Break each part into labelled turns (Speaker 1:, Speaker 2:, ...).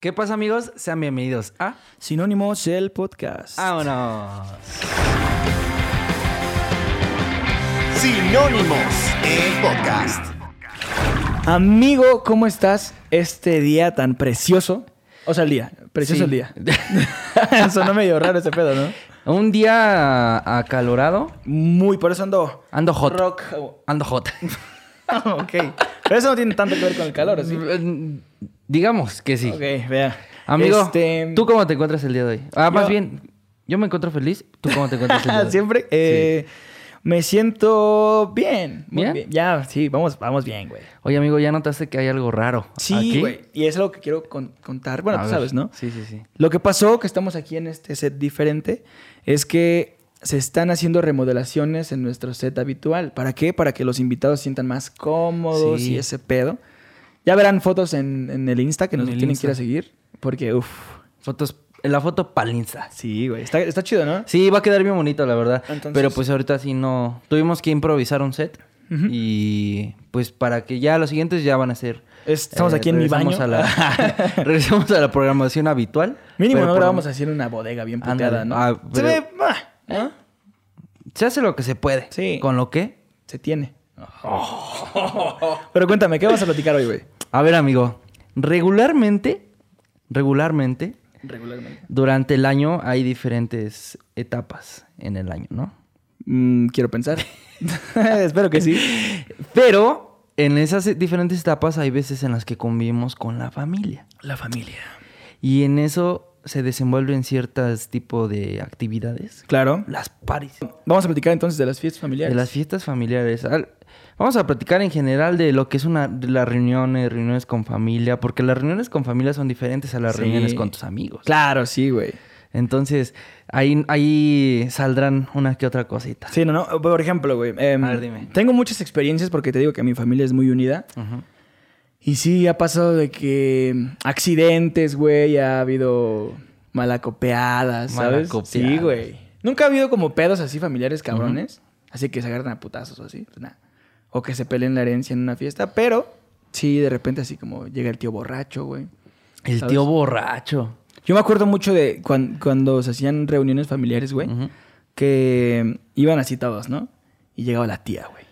Speaker 1: ¿Qué pasa amigos? Sean bienvenidos a
Speaker 2: Sinónimos el podcast.
Speaker 1: Ah, Vámonos.
Speaker 3: Sinónimos, el podcast.
Speaker 2: Amigo, ¿cómo estás este día tan precioso? O sea, el día. Precioso
Speaker 1: Sí.
Speaker 2: el día. Sonó medio raro ese pedo, ¿no?
Speaker 1: Un día acalorado.
Speaker 2: Muy, por eso ando...
Speaker 1: Ando hot.
Speaker 2: Rock.
Speaker 1: Ando hot.
Speaker 2: ok. Pero eso no tiene tanto que ver con el calor, ¿o ¿sí?
Speaker 1: Digamos que sí.
Speaker 2: Ok, vea.
Speaker 1: Amigo,
Speaker 2: Este,
Speaker 1: ¿tú cómo te encuentras el día de hoy? Ah, más
Speaker 2: yo-
Speaker 1: bien, yo me encuentro feliz. ¿Tú cómo te encuentras el día de hoy?
Speaker 2: Siempre eh, me siento bien. Muy
Speaker 1: ¿Bien?
Speaker 2: ¿Bien? Ya, sí, vamos, vamos bien, güey.
Speaker 1: Oye, amigo, ya notaste que hay algo raro.
Speaker 2: Sí,
Speaker 1: aquí?
Speaker 2: güey. Y es lo que quiero con- contar. Bueno,
Speaker 1: A
Speaker 2: tú
Speaker 1: ver.
Speaker 2: sabes, ¿no?
Speaker 1: Sí, sí, sí.
Speaker 2: Lo que pasó, que estamos aquí en este set diferente, es que se están haciendo remodelaciones en nuestro set habitual. ¿Para qué? Para que los invitados se sientan más cómodos
Speaker 1: Sí.
Speaker 2: y ese pedo. Ya verán fotos en, en el Insta que
Speaker 1: En
Speaker 2: nos
Speaker 1: el
Speaker 2: tienen
Speaker 1: Insta.
Speaker 2: que ir a seguir. Porque, uff,
Speaker 1: Fotos, la foto palinza.
Speaker 2: sí, güey. Está, está chido, ¿no?
Speaker 1: Sí, va a quedar bien bonito, la verdad.
Speaker 2: Entonces-
Speaker 1: Pero pues ahorita sí no. Tuvimos que improvisar un set. Y pues para que ya los siguientes ya van a ser.
Speaker 2: Estamos aquí en mi
Speaker 1: regresamos
Speaker 2: baño.
Speaker 1: A la, regresamos a la programación habitual.
Speaker 2: Mínimo
Speaker 1: Pero
Speaker 2: no
Speaker 1: por-
Speaker 2: grabamos así en una bodega bien puteada,
Speaker 1: Ándale.
Speaker 2: ¿no?
Speaker 1: Ah,
Speaker 2: Se
Speaker 1: pero- ¿Eh?
Speaker 2: ve... ah, ¿no?
Speaker 1: Se hace lo que se puede.
Speaker 2: Sí.
Speaker 1: Con lo que.
Speaker 2: Se tiene. Pero cuéntame, ¿qué vas a platicar hoy, güey?
Speaker 1: A ver, amigo. Regularmente. Regularmente.
Speaker 2: Regularmente.
Speaker 1: Durante el año hay diferentes etapas en el año, ¿no?
Speaker 2: Mm, quiero pensar. Espero que sí.
Speaker 1: Pero en esas diferentes etapas hay veces en las que convivimos con la familia.
Speaker 2: La familia.
Speaker 1: Y en eso se desenvuelven ciertas tipo de actividades.
Speaker 2: Claro.
Speaker 1: Las paris.
Speaker 2: Vamos a platicar entonces de las fiestas
Speaker 1: De
Speaker 2: familiares.
Speaker 1: las fiestas familiares. Al- Vamos a platicar en general de lo que es una de las reuniones, reuniones con familia, porque las reuniones con familia son diferentes a las
Speaker 2: Sí.
Speaker 1: reuniones con tus amigos.
Speaker 2: Claro, sí, güey.
Speaker 1: Entonces, ahí, ahí saldrán una que otra cosita.
Speaker 2: Sí, no, no. Por ejemplo, güey. em,
Speaker 1: A ver, dime.
Speaker 2: Tengo muchas experiencias porque te digo que mi familia es muy unida.
Speaker 1: Ujú.
Speaker 2: Y sí, ha pasado de que mm, accidentes, güey, ha habido malacopeadas, ¿sabes?
Speaker 1: Malacopeadas.
Speaker 2: Sí, güey. Nunca ha habido como pedos así familiares cabrones, así que se agarran a putazos o así, pues, nada. O que se peleen la herencia en una fiesta, pero sí, de repente así como llega el tío borracho, güey.
Speaker 1: El
Speaker 2: ¿Sabes?
Speaker 1: tío borracho.
Speaker 2: Yo me acuerdo mucho de cuan- cuando se hacían reuniones familiares, güey,
Speaker 1: Ujú.
Speaker 2: que iban así todos, ¿no? Y llegaba la tía, güey.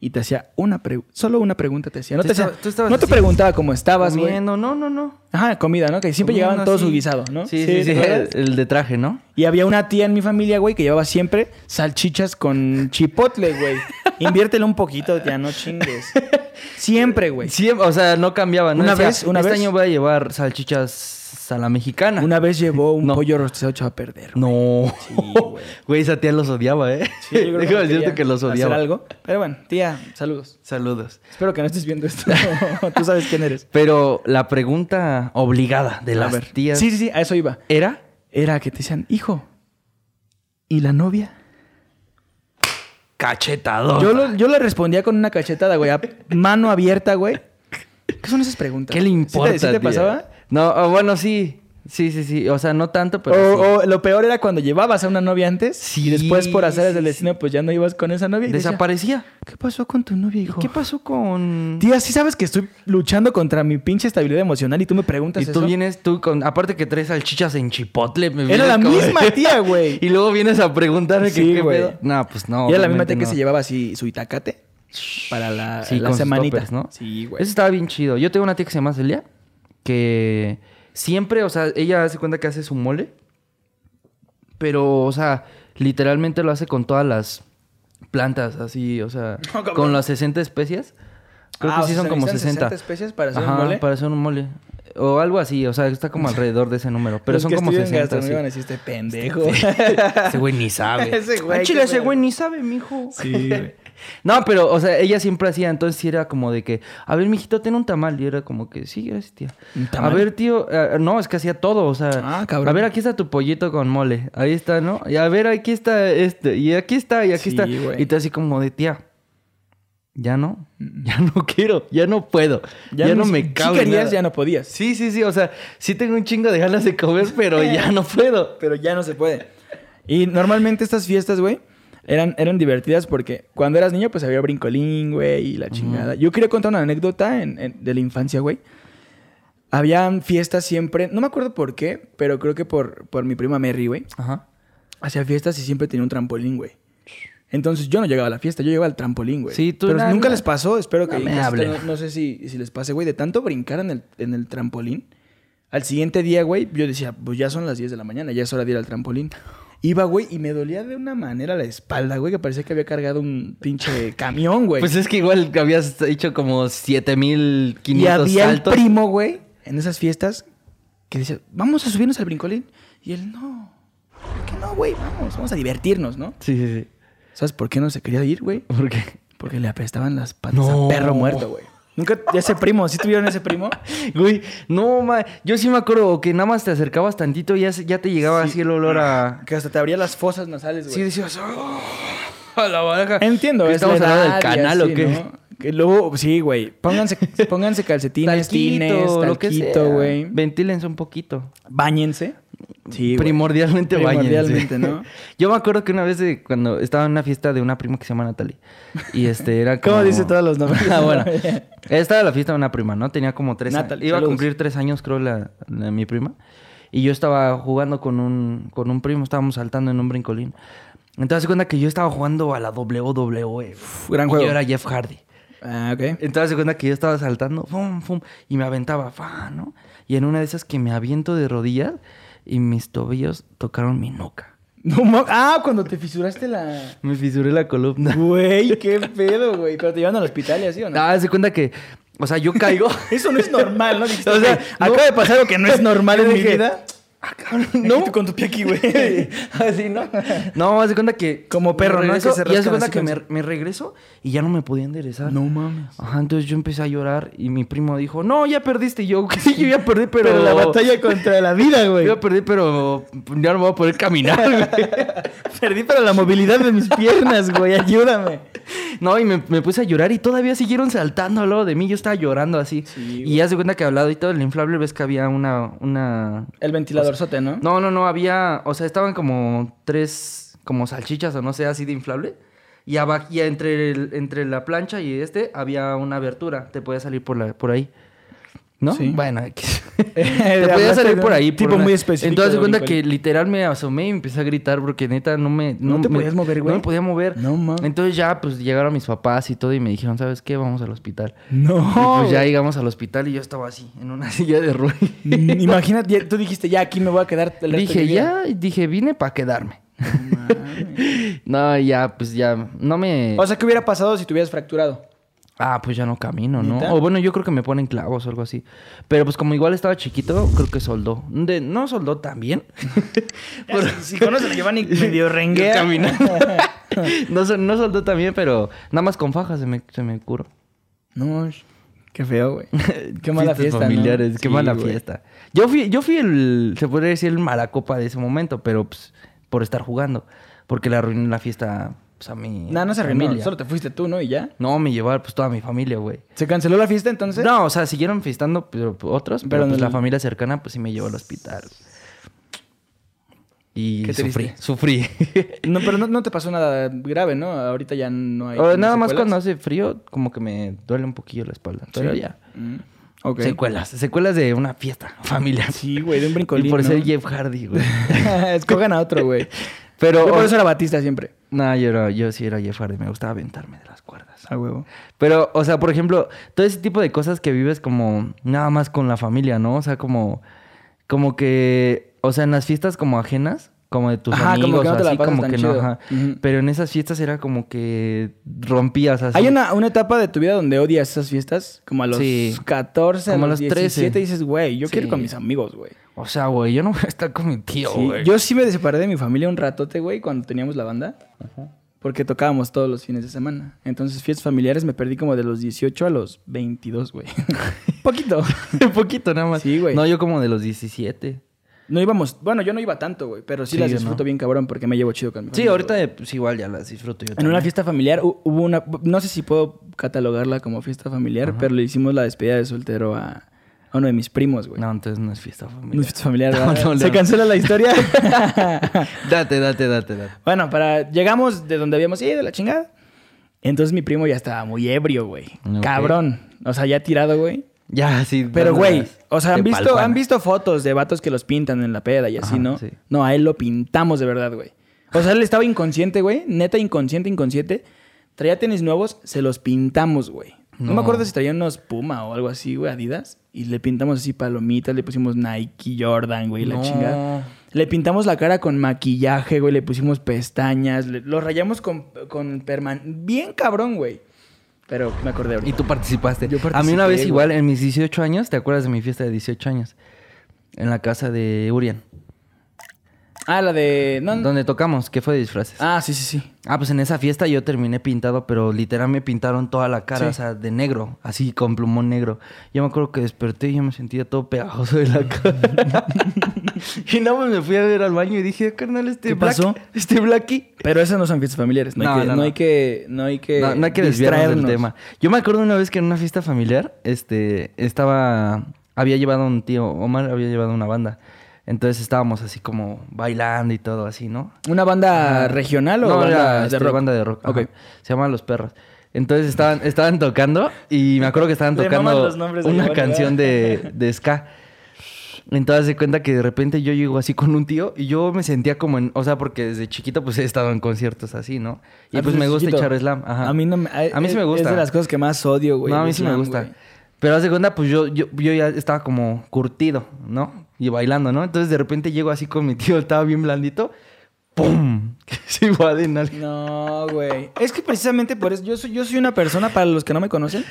Speaker 2: Y te hacía una pregunta, solo una pregunta te hacía. No
Speaker 1: Tú
Speaker 2: te, hacía-
Speaker 1: estaba- tú estabas
Speaker 2: no te
Speaker 1: así,
Speaker 2: preguntaba cómo estabas, güey.
Speaker 1: Comiendo, no, no, no.
Speaker 2: Ajá, comida, ¿no? Que siempre
Speaker 1: Comiendo
Speaker 2: llegaban todos
Speaker 1: así.
Speaker 2: su guisado, ¿no?
Speaker 1: Sí, sí, sí.
Speaker 2: ¿te acuerdas?
Speaker 1: El de traje, ¿no?
Speaker 2: Y había una tía en mi familia, güey, que llevaba siempre salchichas con chipotle, güey. Inviértelo un poquito, tía, no chingues. Siempre, güey.
Speaker 1: Siempre, o sea, no cambiaba. ¿no?
Speaker 2: Una
Speaker 1: Decía,
Speaker 2: vez, una
Speaker 1: este
Speaker 2: vez.
Speaker 1: año voy a llevar salchichas a la mexicana.
Speaker 2: Una vez llevó un
Speaker 1: No.
Speaker 2: pollo rostizado hecho a perder. güey.
Speaker 1: No.
Speaker 2: Sí, güey.
Speaker 1: Güey, esa tía los odiaba, ¿eh?
Speaker 2: Sí, yo creo
Speaker 1: Déjame
Speaker 2: no
Speaker 1: decirte
Speaker 2: quería
Speaker 1: que los odiaba.
Speaker 2: Hacer algo. Pero bueno, tía, saludos.
Speaker 1: Saludos.
Speaker 2: Espero que no estés viendo esto. Tú sabes quién eres.
Speaker 1: Pero la pregunta obligada de
Speaker 2: A
Speaker 1: las
Speaker 2: ver.
Speaker 1: tías
Speaker 2: Sí, sí, sí, a eso iba.
Speaker 1: era...
Speaker 2: Era que te decían, hijo, ¿y la novia?
Speaker 1: Cachetador.
Speaker 2: Yo, lo- yo le respondía con una cachetada, güey, a mano abierta, güey. ¿Qué son esas preguntas?
Speaker 1: ¿Qué le
Speaker 2: ¿Sí te-
Speaker 1: importa,
Speaker 2: ¿Sí te,
Speaker 1: tía?
Speaker 2: pasaba?
Speaker 1: No, ah, bueno, sí. Sí, sí, sí. O sea, no tanto, pero sí.
Speaker 2: o, o lo peor era cuando llevabas a una novia antes
Speaker 1: Sí,
Speaker 2: y después por hacer
Speaker 1: sí,
Speaker 2: el destino, pues ya no ibas con esa novia. Y decía,
Speaker 1: Desaparecía.
Speaker 2: ¿Qué pasó con tu novia, hijo?
Speaker 1: ¿Qué pasó con...?
Speaker 2: Tía, sí sabes que estoy luchando contra mi pinche estabilidad emocional y tú me preguntas
Speaker 1: Y tú
Speaker 2: eso?
Speaker 1: vienes tú con... Aparte que tres salchichas en chipotle. me
Speaker 2: Era
Speaker 1: vienes
Speaker 2: la
Speaker 1: como-
Speaker 2: misma tía, güey.
Speaker 1: Y luego vienes a preguntarme que
Speaker 2: Sí,
Speaker 1: qué
Speaker 2: güey.
Speaker 1: pedo. No, pues no.
Speaker 2: y era la misma
Speaker 1: obviamente
Speaker 2: tía que
Speaker 1: no.
Speaker 2: se llevaba así su itacate para la,
Speaker 1: Sí,
Speaker 2: la
Speaker 1: con sus
Speaker 2: semanita.
Speaker 1: toppers, ¿no?
Speaker 2: Sí, güey.
Speaker 1: Eso estaba bien chido. Yo tengo una tía que se llama Celia, que siempre, o sea, ella hace cuenta que hace su mole, pero, o sea, literalmente lo hace con todas las plantas, así, o sea,
Speaker 2: No, cabrón.
Speaker 1: con las 60 especias. Creo
Speaker 2: Ah,
Speaker 1: que
Speaker 2: o
Speaker 1: sí
Speaker 2: sea,
Speaker 1: son
Speaker 2: se
Speaker 1: como
Speaker 2: necesitan
Speaker 1: 60.
Speaker 2: 60 especies para hacer un
Speaker 1: Ajá,
Speaker 2: mole.
Speaker 1: para hacer un mole. O algo así, o sea, está como alrededor de ese número, pero
Speaker 2: Los
Speaker 1: son
Speaker 2: que
Speaker 1: como
Speaker 2: estudian
Speaker 1: 60.
Speaker 2: gastronomía van a
Speaker 1: sí.
Speaker 2: decir, "Este pendejo.
Speaker 1: Ese güey ni sabe.
Speaker 2: Ese güey,
Speaker 1: Al Ah, chile,
Speaker 2: qué
Speaker 1: ese
Speaker 2: pedo.
Speaker 1: güey ni sabe, mijo.
Speaker 2: Sí, güey.
Speaker 1: No, pero, o sea, ella siempre hacía, entonces sí era como de que, a ver, mijito, ten un tamal. Y era como que, sí, gracias, tía.
Speaker 2: ¿Un tamal?
Speaker 1: A ver, tío, eh, no, es que hacía todo, o sea.
Speaker 2: Ah, cabrón.
Speaker 1: A ver, aquí está tu pollito con mole. Ahí está, ¿no? Y a ver, aquí está este, y aquí está, y aquí
Speaker 2: Sí,
Speaker 1: está.
Speaker 2: güey.
Speaker 1: Y tú así como de, tía, ya no, ya no quiero, ya no puedo, ya, no
Speaker 2: ni-
Speaker 1: me
Speaker 2: si
Speaker 1: cabe
Speaker 2: querías,
Speaker 1: nada".
Speaker 2: ya no podías.
Speaker 1: Sí, sí, sí, o sea, sí tengo un chingo de ganas de comer, pero ya no puedo.
Speaker 2: pero ya no se puede. Y normalmente estas fiestas, güey, eran, eran divertidas porque cuando eras niño, pues había brincolín, güey, y la chingada. Yo quería contar una anécdota en- en- de la infancia, güey. Habían fiestas siempre, no me acuerdo por qué, pero creo que por, por mi prima Mary, güey.
Speaker 1: Ajá.
Speaker 2: Hacía fiestas y siempre tenía un trampolín, güey. Entonces yo no llegaba a la fiesta, yo llegaba al trampolín, güey.
Speaker 1: Sí, tú
Speaker 2: Pero
Speaker 1: na-
Speaker 2: nunca
Speaker 1: na-
Speaker 2: les pasó, espero
Speaker 1: no
Speaker 2: que
Speaker 1: me
Speaker 2: que-
Speaker 1: hable.
Speaker 2: No, no sé si, si les pase, güey, de tanto brincar en el, en el trampolín. Al siguiente día, güey, yo decía, pues ya son las 10 de la mañana, ya es hora de ir al trampolín. Iba, güey, y me dolía de una manera la espalda, güey, que parecía que había cargado un pinche camión, güey.
Speaker 1: Pues es que igual habías hecho como 7500
Speaker 2: Y había el
Speaker 1: saltos.
Speaker 2: primo, güey, en esas fiestas, que decía, vamos a subirnos al brincolín. Y él, no, ¿por qué no, güey? Vamos, vamos a divertirnos, ¿no?
Speaker 1: Sí, sí, sí.
Speaker 2: ¿Sabes por qué no se quería ir, güey?
Speaker 1: ¿Por qué?
Speaker 2: Porque le apestaban las patas
Speaker 1: No.
Speaker 2: a perro muerto, güey. Nunca, ya ese primo, ¿sí tuvieron ese primo?
Speaker 1: Güey, no, ma, yo sí me acuerdo que nada más te acercabas tantito y ya, se- ya te llegaba así el olor a...
Speaker 2: Que hasta te abría las fosas nasales, güey.
Speaker 1: Sí, decías... "Oh, a la baraja.
Speaker 2: Entiendo,
Speaker 1: ¿Qué
Speaker 2: es
Speaker 1: ¿Estamos
Speaker 2: la
Speaker 1: hablando del
Speaker 2: edad y
Speaker 1: canal
Speaker 2: así,
Speaker 1: o qué?
Speaker 2: ¿no? Que luego, sí, güey. Pónganse, pónganse calcetines, tines,
Speaker 1: Talquito, lo que
Speaker 2: talquito,
Speaker 1: sea.
Speaker 2: güey.
Speaker 1: Ventílense un poquito.
Speaker 2: Báñense. Sí, güey.
Speaker 1: Primordialmente,
Speaker 2: Primordialmente,
Speaker 1: bañense.
Speaker 2: ¿no?
Speaker 1: Yo me acuerdo que una vez de cuando estaba en una fiesta de una prima que se llama Natalie. Y este era como...
Speaker 2: ¿Cómo dice todos los nombres?
Speaker 1: Ah, bueno. Estaba en la fiesta de una prima, ¿no? Tenía como tres años.
Speaker 2: Natalie,
Speaker 1: Iba
Speaker 2: saludos.
Speaker 1: a cumplir tres años, creo, la, la- mi prima. Y yo estaba jugando con un, con un primo. Estábamos saltando en un brincolín. Entonces, se cuenta que yo estaba jugando a la WWE.
Speaker 2: gran
Speaker 1: Y
Speaker 2: juego.
Speaker 1: Yo era Jeff Hardy.
Speaker 2: Ah, ok.
Speaker 1: Entonces se cuenta que yo estaba saltando, fum, fum, y me aventaba, fa, ¿no? Y en una de esas que me aviento de rodillas y mis tobillos tocaron mi nuca.
Speaker 2: No mo- ah, cuando te fisuraste la...
Speaker 1: Me fisuré la columna.
Speaker 2: Güey, qué pedo, güey. Pero te llevan al hospital y así, ¿o no?
Speaker 1: Ah, se cuenta que, o sea, yo caigo.
Speaker 2: Eso no es normal, ¿no? Dijiste,
Speaker 1: O sea,
Speaker 2: güey,
Speaker 1: no.
Speaker 2: acaba de pasar lo que no es normal en mi
Speaker 1: Dije,
Speaker 2: vida.
Speaker 1: no.
Speaker 2: Ah, Aquí tú con tu pie aquí, güey.
Speaker 1: Así, ¿no? No, hace cuenta que.
Speaker 2: Como perro,
Speaker 1: me
Speaker 2: ¿no?
Speaker 1: regreso
Speaker 2: Que se
Speaker 1: y hace
Speaker 2: rascan
Speaker 1: cuenta
Speaker 2: así
Speaker 1: que
Speaker 2: con
Speaker 1: me,
Speaker 2: su-
Speaker 1: me regreso y ya no me podía enderezar.
Speaker 2: mames.
Speaker 1: Ajá, entonces yo empecé a llorar y mi primo dijo, no, ya perdiste. Y yo, sí, yo ya perdí, pero.
Speaker 2: Pero la batalla contra la vida, güey.
Speaker 1: Yo ya perdí, pero ya no me voy a poder caminar, güey.
Speaker 2: Perdí para la movilidad de mis piernas, güey. Ayúdame.
Speaker 1: No, y me, me puse a llorar y todavía siguieron saltando al lado de mí. Yo estaba llorando así.
Speaker 2: Sí, güey.
Speaker 1: y ya se cuenta que al lado y todo el inflable ves que había una, una...
Speaker 2: El ventilador sote, ¿no?
Speaker 1: No, no, no, había... O sea, estaban como tres, como salchichas o no sé, así de inflable. Y, aba- y entre, el- entre la plancha y este había una abertura. Te podías salir por, la, por ahí. ¿No?
Speaker 2: Sí.
Speaker 1: Bueno, te podías salir por ahí. por
Speaker 2: Tipo
Speaker 1: una-
Speaker 2: muy específico.
Speaker 1: Entonces se
Speaker 2: de
Speaker 1: cuenta
Speaker 2: Brincolín.
Speaker 1: que literal me asomé y empecé a gritar porque neta no me...
Speaker 2: No te
Speaker 1: me-
Speaker 2: podías mover, güey.
Speaker 1: No me podía mover.
Speaker 2: No mames.
Speaker 1: Entonces ya pues llegaron mis papás y todo y me dijeron, ¿sabes qué? Vamos al hospital.
Speaker 2: No.
Speaker 1: Y, pues ya
Speaker 2: güey.
Speaker 1: llegamos al hospital y yo estaba así, en una silla de ruedas.
Speaker 2: Mm, Imagínate, ya- tú dijiste, ya aquí me voy a quedar. el resto de
Speaker 1: dije,
Speaker 2: mi vida.
Speaker 1: ya, y dije, vine para quedarme. no, ya, pues ya, no me...
Speaker 2: O sea, ¿qué hubiera pasado si te hubieras fracturado?
Speaker 1: ah, pues ya no camino, ¿no?
Speaker 2: ¿Neta?
Speaker 1: O bueno, yo creo que me ponen clavos o algo así. Pero pues como igual estaba chiquito, creo que soldó. De- no soldó tan bien. Pero-
Speaker 2: Si conoces a Giovanni medio renguea.
Speaker 1: caminando. no, sol- no soltó también, pero nada más con fajas se me, se me curó.
Speaker 2: No, qué feo, güey. Qué mala
Speaker 1: Fiestas
Speaker 2: fiesta. ¿no?
Speaker 1: familiares, qué
Speaker 2: Sí,
Speaker 1: mala
Speaker 2: güey.
Speaker 1: fiesta. Yo fui, yo fui el, se podría decir, el malacopa de ese momento, pero pues, por estar jugando. Porque le arruiné la fiesta pues, a mi
Speaker 2: No, no se arruinó.
Speaker 1: familia.
Speaker 2: Solo te fuiste tú, ¿no? Y ya.
Speaker 1: No, me llevaba pues toda mi familia, güey.
Speaker 2: ¿Se canceló la fiesta entonces?
Speaker 1: No, o sea, siguieron fiestando pero, otros, pero,
Speaker 2: Pero en
Speaker 1: pues la
Speaker 2: el-
Speaker 1: familia cercana pues sí me llevó al hospital. Y
Speaker 2: Qué
Speaker 1: sufrí,
Speaker 2: triste.
Speaker 1: sufrí.
Speaker 2: No, pero no, no te pasó nada grave, ¿no? Ahorita ya no hay.
Speaker 1: O nada más cuando
Speaker 2: secuelas.
Speaker 1: hace frío, como que me duele un poquillo la espalda. Pero
Speaker 2: Sí.
Speaker 1: ya.
Speaker 2: Mm, Ok.
Speaker 1: Secuelas. Secuelas de una fiesta familiar.
Speaker 2: Sí, güey, de un brincolín.
Speaker 1: y por
Speaker 2: ¿no?
Speaker 1: ser Jeff Hardy, güey.
Speaker 2: Escogan a otro, güey.
Speaker 1: Pero.
Speaker 2: Yo por eso era Batista siempre.
Speaker 1: No, yo, era- yo sí era Jeff Hardy. Me gustaba aventarme de las cuerdas.
Speaker 2: A huevo.
Speaker 1: Pero, o sea, por ejemplo, todo ese tipo de cosas que vives como nada más con la familia, ¿no? O sea, como. Como que. O sea, en las fiestas como ajenas. Como de tus
Speaker 2: Ajá, como que
Speaker 1: amigos,
Speaker 2: no
Speaker 1: o
Speaker 2: te la
Speaker 1: así,
Speaker 2: pasas
Speaker 1: como
Speaker 2: tan
Speaker 1: que no,
Speaker 2: chido.
Speaker 1: ajá.
Speaker 2: Ujú.
Speaker 1: Pero en esas fiestas era como que rompías así.
Speaker 2: Hay una, una etapa de tu vida donde odias esas fiestas, como a los
Speaker 1: Sí.
Speaker 2: 14,
Speaker 1: Como
Speaker 2: a
Speaker 1: a
Speaker 2: los
Speaker 1: los 13.
Speaker 2: 17, dices, güey, yo quiero ir
Speaker 1: Sí.
Speaker 2: con mis amigos, güey.
Speaker 1: O sea, güey, yo no voy a estar con mi tío,
Speaker 2: Sí,
Speaker 1: güey.
Speaker 2: Yo sí me separé de mi familia un ratote, güey, cuando teníamos la banda. Porque tocábamos todos los fines de semana. Entonces, fiestas familiares me perdí como de los 18 a los 22, güey. Poquito.
Speaker 1: Un poquito nada más.
Speaker 2: Sí, güey.
Speaker 1: No, yo como de los 17.
Speaker 2: No íbamos, bueno, yo no iba tanto, güey, pero sí,
Speaker 1: Sí,
Speaker 2: las
Speaker 1: yo
Speaker 2: disfruto
Speaker 1: no.
Speaker 2: bien cabrón porque me llevo chido con mi
Speaker 1: Sí,
Speaker 2: familia,
Speaker 1: ahorita
Speaker 2: güey.
Speaker 1: eh, pues igual ya las disfruto yo
Speaker 2: En una
Speaker 1: también.
Speaker 2: fiesta familiar hu- hubo una, no sé si puedo catalogarla como fiesta familiar, pero le hicimos la despedida de soltero a, a uno de mis primos, güey.
Speaker 1: No, entonces no es fiesta familiar.
Speaker 2: Una fiesta familiar,
Speaker 1: No,
Speaker 2: ¿verdad?
Speaker 1: no, no.
Speaker 2: ¿Se cancela la historia?
Speaker 1: Date, date, date, date.
Speaker 2: bueno, para, llegamos de donde habíamos ido, la chingada. Entonces mi primo ya estaba muy ebrio, güey.
Speaker 1: Ok.
Speaker 2: Cabrón. O sea, ya tirado, güey.
Speaker 1: Ya, sí.
Speaker 2: Pero,
Speaker 1: dándolas
Speaker 2: güey, o sea,
Speaker 1: de
Speaker 2: ¿han visto,
Speaker 1: palpana.
Speaker 2: han visto fotos de vatos que los pintan en la peda y así,
Speaker 1: Ajá,
Speaker 2: ¿no?
Speaker 1: sí.
Speaker 2: No, a él lo pintamos de verdad, güey. O sea, él estaba inconsciente, güey. Neta, inconsciente, inconsciente. Traía tenis nuevos, se los pintamos, güey. No. me
Speaker 1: No.
Speaker 2: acuerdo si traía unos Puma o algo así, güey, Adidas. Y le pintamos así palomitas, le pusimos Nike, Jordan, güey, la
Speaker 1: No.
Speaker 2: chingada. Le pintamos la cara con maquillaje, güey, le pusimos pestañas, le- lo rayamos con, con perman... Bien cabrón, güey. Pero me acordé ahorita.
Speaker 1: Y tú participaste.
Speaker 2: Yo
Speaker 1: a mí una
Speaker 2: participé,
Speaker 1: vez
Speaker 2: güey.
Speaker 1: igual, en mis 18 años, ¿te acuerdas de mi fiesta de 18 años? En la casa de Urian.
Speaker 2: Ah, la de... No, no.
Speaker 1: Donde tocamos, que fue de disfraces. Ah.
Speaker 2: Ah, sí, sí, sí.
Speaker 1: pues en esa fiesta yo terminé pintado, pero literal me pintaron toda la cara,
Speaker 2: Sí.
Speaker 1: o sea, de negro, así con plumón negro. Yo me acuerdo que desperté y yo me sentía todo pegajoso de la cara. y nada más me fui a ver al baño y dije, carnal, este
Speaker 2: ¿Qué pasó?
Speaker 1: Black- este Blacky.
Speaker 2: Pero esas no son fiestas familiares. No,
Speaker 1: No,
Speaker 2: hay, que, no,
Speaker 1: no, no.
Speaker 2: hay que. No hay que.
Speaker 1: No, no hay que desviarnos del tema. Yo me acuerdo una vez que en una fiesta familiar, este, estaba, había llevado un tío, Omar había llevado una banda. Entonces estábamos así como bailando y todo así, ¿no?
Speaker 2: ¿Una banda regional o
Speaker 1: no,
Speaker 2: banda
Speaker 1: era,
Speaker 2: de
Speaker 1: este,
Speaker 2: rock?
Speaker 1: banda de rock.
Speaker 2: Ok. Ah,
Speaker 1: ajá. Se llaman Los Perros. Entonces estaban, estaban tocando y me acuerdo que estaban
Speaker 2: Le maman
Speaker 1: tocando
Speaker 2: los nombres de
Speaker 1: una
Speaker 2: Giovanni,
Speaker 1: canción
Speaker 2: ¿verdad?
Speaker 1: de, de ska. Entonces se cuenta que de repente yo llego así con un tío y yo me sentía como en... O sea, porque desde chiquito pues he estado en conciertos así, ¿no? Y
Speaker 2: Ah,
Speaker 1: pues me
Speaker 2: es
Speaker 1: gusta
Speaker 2: chiquito.
Speaker 1: echar slam. Ajá.
Speaker 2: A mí, no me,
Speaker 1: A mí sí me gusta.
Speaker 2: Es de las cosas que más odio, güey.
Speaker 1: No, a mí
Speaker 2: el
Speaker 1: sí me
Speaker 2: slam,
Speaker 1: gusta.
Speaker 2: güey.
Speaker 1: Pero hace cuenta, pues yo, yo, yo ya estaba como curtido, ¿no? Y bailando, ¿no? Entonces de repente llego así con mi tío, estaba bien blandito. ¡Pum! Que se iba de nalga.
Speaker 2: No, güey. Es que precisamente por eso. Yo soy, yo soy una persona, para los que no me conocen,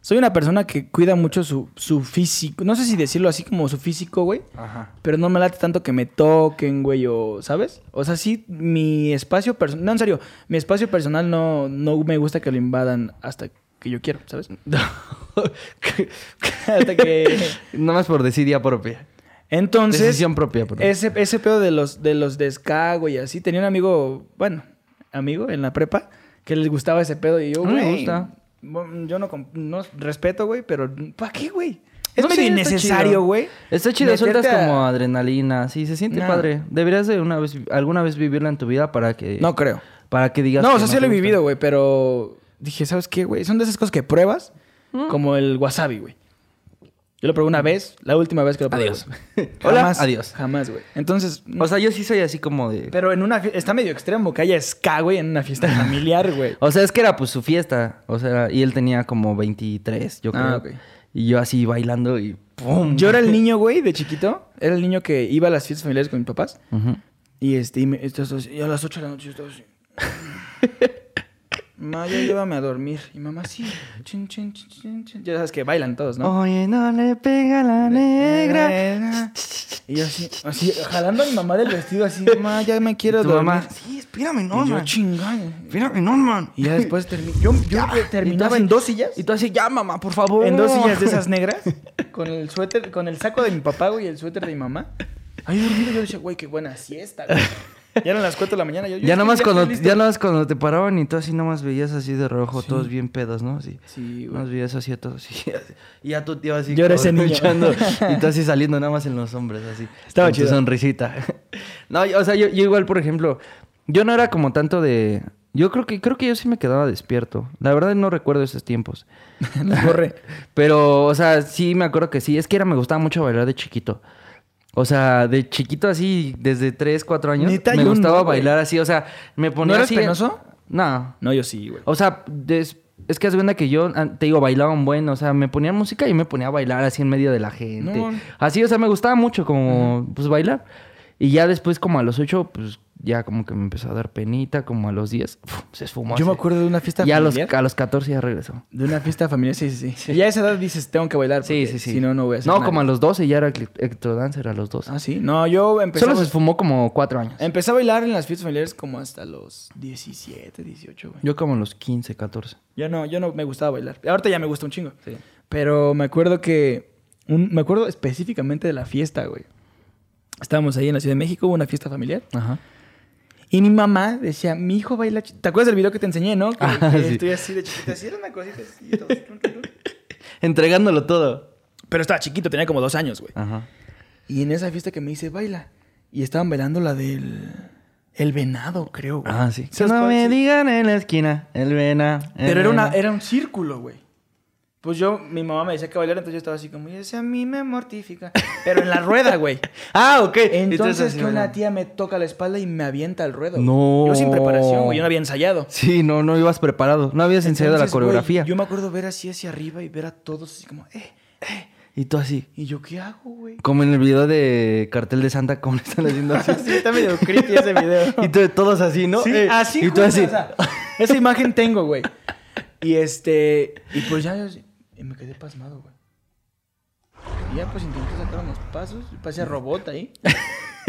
Speaker 2: soy una persona que cuida mucho su, su físico. No sé si decirlo así como su físico, güey.
Speaker 1: Ajá.
Speaker 2: Pero no me late tanto que me toquen, güey, o, ¿sabes? O sea, sí, mi espacio personal, no, en serio, mi espacio personal no, no me gusta que lo invadan hasta que yo quiero, ¿sabes? hasta que...
Speaker 1: Nada más por decidir propia.
Speaker 2: Entonces,
Speaker 1: Decisión propia, perdón.
Speaker 2: ese, ese pedo de los, de los descagos y así, tenía un amigo, bueno, amigo en la prepa, que les gustaba ese pedo y yo,
Speaker 1: A mí me
Speaker 2: güey,
Speaker 1: gusta.
Speaker 2: bueno, yo no, comp- no respeto, güey, pero ¿para qué, güey? Es
Speaker 1: No sé, está
Speaker 2: medio innecesario,
Speaker 1: chido.
Speaker 2: güey.
Speaker 1: Está chido,
Speaker 2: meterte
Speaker 1: sueltas
Speaker 2: a-
Speaker 1: como adrenalina. Sí, se siente
Speaker 2: Nah.
Speaker 1: padre. Deberías de una vez, alguna vez vivirla en tu vida para que...
Speaker 2: No creo.
Speaker 1: Para que digas...
Speaker 2: No,
Speaker 1: que
Speaker 2: o sea, sí
Speaker 1: te
Speaker 2: lo he
Speaker 1: gusta.
Speaker 2: vivido, güey, pero dije, ¿sabes qué, güey? Son de esas cosas que pruebas, como el wasabi, güey. Yo lo probé una vez, la última vez que lo probé.
Speaker 1: Adiós.
Speaker 2: güey.
Speaker 1: Hola,
Speaker 2: Jamás,
Speaker 1: adiós.
Speaker 2: Jamás, güey. Entonces,
Speaker 1: O sea, yo sí soy así como de...
Speaker 2: pero en una fie- está medio extremo que haya ska, güey, en una fiesta familiar, güey.
Speaker 1: O sea, es que era pues su fiesta. O sea, y él tenía como 23, yo creo.
Speaker 2: Ah, ok.
Speaker 1: Y yo así bailando y ¡pum!
Speaker 2: Yo era el niño, güey, de chiquito. Era el niño que iba a las fiestas familiares con mis papás.
Speaker 1: Ujú.
Speaker 2: Y este, y, me- estos dos- y a las 8 de la noche yo estaba así. Ma, ya llévame a dormir. Y mamá, sí. Chin, chin, chin, chin, chin. Ya sabes que bailan todos, ¿no?
Speaker 1: Oye, no le pega la negra.
Speaker 2: Y yo así, así, jalando a mi mamá del vestido así, mamá, ya me quiero
Speaker 1: Tu
Speaker 2: dormir.
Speaker 1: mamá. Sí, espérame,
Speaker 2: Y yo,
Speaker 1: Norman.
Speaker 2: chingón.
Speaker 1: Espérame, Norman.
Speaker 2: Y ya después terminé. Yo, yo terminaba
Speaker 1: así-
Speaker 2: en dos sillas. Oh.
Speaker 1: Y tú así, ya, mamá, por favor.
Speaker 2: En dos sillas de esas negras. Con el suéter, con el saco de mi papá, güey, y el suéter de mi mamá. Ahí dormido yo decía, güey, qué buena siesta, güey. Ya eran las 4 de la mañana. Yo, yo
Speaker 1: Ya nomás,
Speaker 2: estoy
Speaker 1: cuando,
Speaker 2: listo.
Speaker 1: ya nomás cuando te paraban y tú así nomás veías así de rojo, todos bien pedos, ¿no? Así.
Speaker 2: Sí, güey.
Speaker 1: Nomás veías así a todos. así, así. Y ya tu tío así.
Speaker 2: Yo era ese
Speaker 1: como
Speaker 2: niño.
Speaker 1: luchando, y tú así saliendo nada más en los hombres, así.
Speaker 2: Estaba
Speaker 1: con tu
Speaker 2: chido.
Speaker 1: sonrisita. No, yo- o sea, yo, yo igual, por ejemplo, yo no era como tanto de... Yo creo que, creo que yo sí me quedaba despierto. La verdad no recuerdo esos tiempos.
Speaker 2: Los borré.
Speaker 1: Pero, o sea, sí me acuerdo que sí. Es que era, me gustaba mucho bailar de chiquito. O sea, de chiquito así, desde 3, 4 años,
Speaker 2: Neta,
Speaker 1: me
Speaker 2: yo
Speaker 1: gustaba
Speaker 2: no, güey.
Speaker 1: bailar así. O sea, me ponía
Speaker 2: eras
Speaker 1: así... en-
Speaker 2: penoso?
Speaker 1: No.
Speaker 2: No, yo sí, güey.
Speaker 1: O sea, des- es que hace cuenta que yo, ah, te digo, bailaba un buen. O sea, me ponían música y me ponía a bailar así en medio de la gente.
Speaker 2: No.
Speaker 1: Así, o sea, me gustaba mucho como, pues, bailar. Y ya después, como a los 8, pues, ya como que me empezó a dar penita. Como a los 10, pf, se esfumó.
Speaker 2: Yo me
Speaker 1: así.
Speaker 2: acuerdo de una fiesta
Speaker 1: Y a los,
Speaker 2: familiar.
Speaker 1: a los 14 ya regresó.
Speaker 2: De una fiesta familiar, sí, sí, sí. Y a esa edad dices, tengo que bailar.
Speaker 1: Sí, sí,
Speaker 2: porque
Speaker 1: sí.
Speaker 2: Si no, no voy a hacer
Speaker 1: No,
Speaker 2: nada.
Speaker 1: como a los 12 ya era ecl- ectodancer a los 12.
Speaker 2: Ah, sí. Em, No, yo empecé,
Speaker 1: Solo
Speaker 2: a,
Speaker 1: se fumó como 4 años.
Speaker 2: empecé a bailar en las fiestas familiares como hasta los 17, 18, güey.
Speaker 1: Yo como a los 15, 14.
Speaker 2: Yo no, yo no me gustaba bailar. Ahorita ya me gusta un chingo.
Speaker 1: Sí.
Speaker 2: Pero me acuerdo que. un- me acuerdo específicamente de la fiesta, güey. Estábamos ahí en la Ciudad de México, hubo una fiesta familiar.
Speaker 1: Ajá.
Speaker 2: Y mi mamá decía, mi hijo baila. chi-". ¿Te acuerdas del video que te enseñé, no? Que,
Speaker 1: Ah,
Speaker 2: que
Speaker 1: sí.
Speaker 2: estoy así de chiquita, así era una cosita así. todo, tun, tun, tun.
Speaker 1: Entregándolo todo.
Speaker 2: Pero estaba chiquito, tenía como dos años, güey.
Speaker 1: Ajá.
Speaker 2: Y en esa fiesta que me hice, baila. Y estaban bailando la del. El venado, creo, güey.
Speaker 1: Ah, sí. Que
Speaker 2: ¿Sabes
Speaker 1: no
Speaker 2: cuál?
Speaker 1: me
Speaker 2: Sí.
Speaker 1: digan en la esquina, el vena. el
Speaker 2: Pero era, una,
Speaker 1: vena.
Speaker 2: era un círculo, güey. Pues yo, mi mamá me decía que bailara, entonces yo estaba así como, y ese a mí me mortifica. Pero en la rueda, güey.
Speaker 1: Ah, ok.
Speaker 2: Entonces que una tía me toca la espalda y me avienta al ruedo. güey. Yo sin preparación, güey. Yo no había ensayado.
Speaker 1: Sí, no, no ibas preparado. No habías ensayado la
Speaker 2: Entonces, güey,
Speaker 1: coreografía.
Speaker 2: yo me acuerdo ver así hacia arriba y ver a todos así como, eh.
Speaker 1: Y tú así.
Speaker 2: ¿Y yo qué hago, güey?
Speaker 1: Como en el video de Cartel de Santa, como le están haciendo así.
Speaker 2: Sí, está medio creepy ese video.
Speaker 1: y tú- todos así, ¿no?
Speaker 2: Sí,
Speaker 1: Eh,
Speaker 2: así,
Speaker 1: Y tú
Speaker 2: justo,
Speaker 1: así.
Speaker 2: o sea, esa imagen tengo, güey. Y este. Y pues ya yo así- y me quedé pasmado, güey. Y ya pues intenté sacar unos pasos. y Pasé a robot ahí.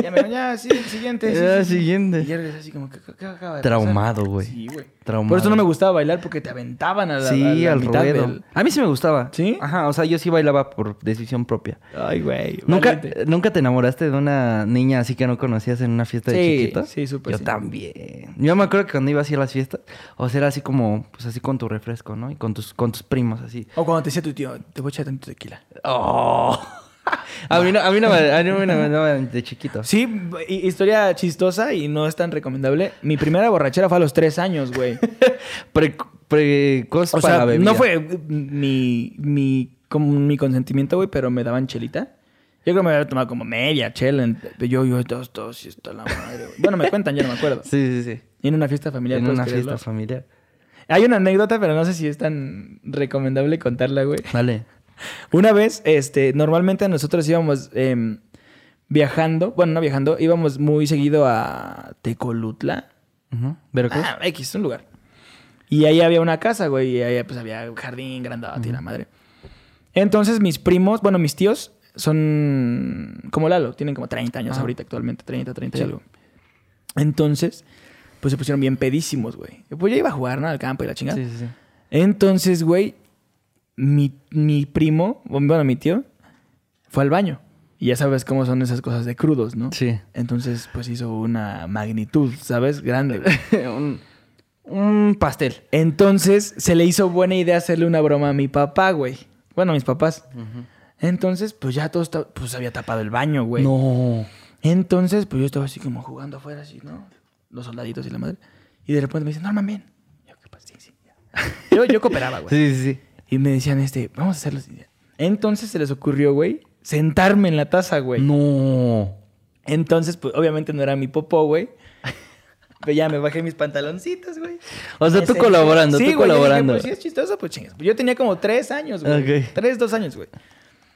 Speaker 2: Ya me dijo, ya, sí, el siguiente. sí,
Speaker 1: Ya,
Speaker 2: sí, sí".
Speaker 1: siguiente.
Speaker 2: Y ya regresé así como, ¿qué, qué- qué acaba de
Speaker 1: Traumado,
Speaker 2: pasar?".
Speaker 1: güey.
Speaker 2: Sí, güey.
Speaker 1: Traumado.
Speaker 2: Por eso no me gustaba bailar porque te aventaban a la. a
Speaker 1: Sí,
Speaker 2: la
Speaker 1: al
Speaker 2: mitad
Speaker 1: ruedo.
Speaker 2: del-
Speaker 1: A mí sí me gustaba.
Speaker 2: ¿Sí?
Speaker 1: Ajá, o sea, yo sí bailaba por decisión propia.
Speaker 2: Ay, güey.
Speaker 1: ¿Nunca,
Speaker 2: valiente.
Speaker 1: ¿Nunca te enamoraste de una niña así que no conocías en una fiesta de
Speaker 2: Sí,
Speaker 1: chiquito?
Speaker 2: sí, súper
Speaker 1: Yo
Speaker 2: sí.
Speaker 1: también. Yo me acuerdo que cuando iba así a las fiestas, o sea, era así como, pues así con tu refresco, ¿no? Y con tus, con tus primos, así.
Speaker 2: O cuando te decía tu tío, te voy a echar tanto tequila.
Speaker 1: ¡Oh! a mí no, a mí no, me- a mí no me enamoraban de chiquito.
Speaker 2: Sí, b- hi- historia chistosa y no es tan recomendable. Mi primera borrachera fue a los tres años, güey.
Speaker 1: Pre, precoz
Speaker 2: O
Speaker 1: para
Speaker 2: sea,
Speaker 1: la bebida.
Speaker 2: no fue eh, mi, mi, como mi consentimiento, güey, pero me daban chelita. Yo creo que me había tomado como media chela. en- Yo, yo, dos, dos, y está la madre, güey. Bueno, me cuentan, ya no me acuerdo.
Speaker 1: Sí, sí, sí.
Speaker 2: En una fiesta familiar. pues,
Speaker 1: En
Speaker 2: ¿puedes
Speaker 1: una
Speaker 2: creerlo?
Speaker 1: fiesta familiar.
Speaker 2: Hay una anécdota, pero no sé si es tan recomendable contarla, güey.
Speaker 1: Dale.
Speaker 2: Una vez, este, normalmente nosotros íbamos em, viajando, bueno, no viajando, íbamos muy seguido a Tecolutla.
Speaker 1: Ujú. ¿Pero qué?
Speaker 2: Ah, X, un lugar. Y ahí había una casa, güey, y ahí pues había jardín grandote y la madre. Entonces mis primos, bueno, mis tíos son como Lalo, tienen como 30 años
Speaker 1: Ah.
Speaker 2: ahorita actualmente, 30, 30 y
Speaker 1: Sí.
Speaker 2: algo. Entonces, pues se pusieron bien pedísimos, güey. Pues yo iba a jugar, ¿no? Al campo y la chingada.
Speaker 1: Sí, sí, sí.
Speaker 2: Entonces, güey, mi, mi primo, bueno, mi tío, fue al baño. Y ya sabes cómo son esas cosas de crudos, ¿no?
Speaker 1: Sí.
Speaker 2: Entonces, pues hizo una magnitud, ¿sabes? Grande, güey.
Speaker 1: un, un pastel.
Speaker 2: Entonces se le hizo buena idea hacerle una broma a mi papá, güey. Bueno, a mis papás. Entonces, pues ya todo estaba, pues había tapado el baño, güey.
Speaker 1: No.
Speaker 2: Entonces, pues yo estaba así como jugando afuera, así, ¿no? Los soldaditos y la madre. Y de repente me dicen, Norman, ven. Yo, ¿qué pasa? Sí, sí, ya. Yo, yo cooperaba, güey.
Speaker 1: Sí, sí, sí.
Speaker 2: Y me decían, este, vamos a hacerlo. así. Entonces se les ocurrió, güey, sentarme en la taza, güey.
Speaker 1: No.
Speaker 2: Entonces, pues obviamente no era mi popó, güey. Pero ya me bajé mis pantaloncitos, güey.
Speaker 1: O sea,
Speaker 2: Me
Speaker 1: tú
Speaker 2: senté.
Speaker 1: colaborando, tú
Speaker 2: güey, yo dije,
Speaker 1: colaborando.
Speaker 2: pues si es chistoso, pues chingas. Yo tenía como tres años, güey.
Speaker 1: Ok.
Speaker 2: Tres, dos años, güey.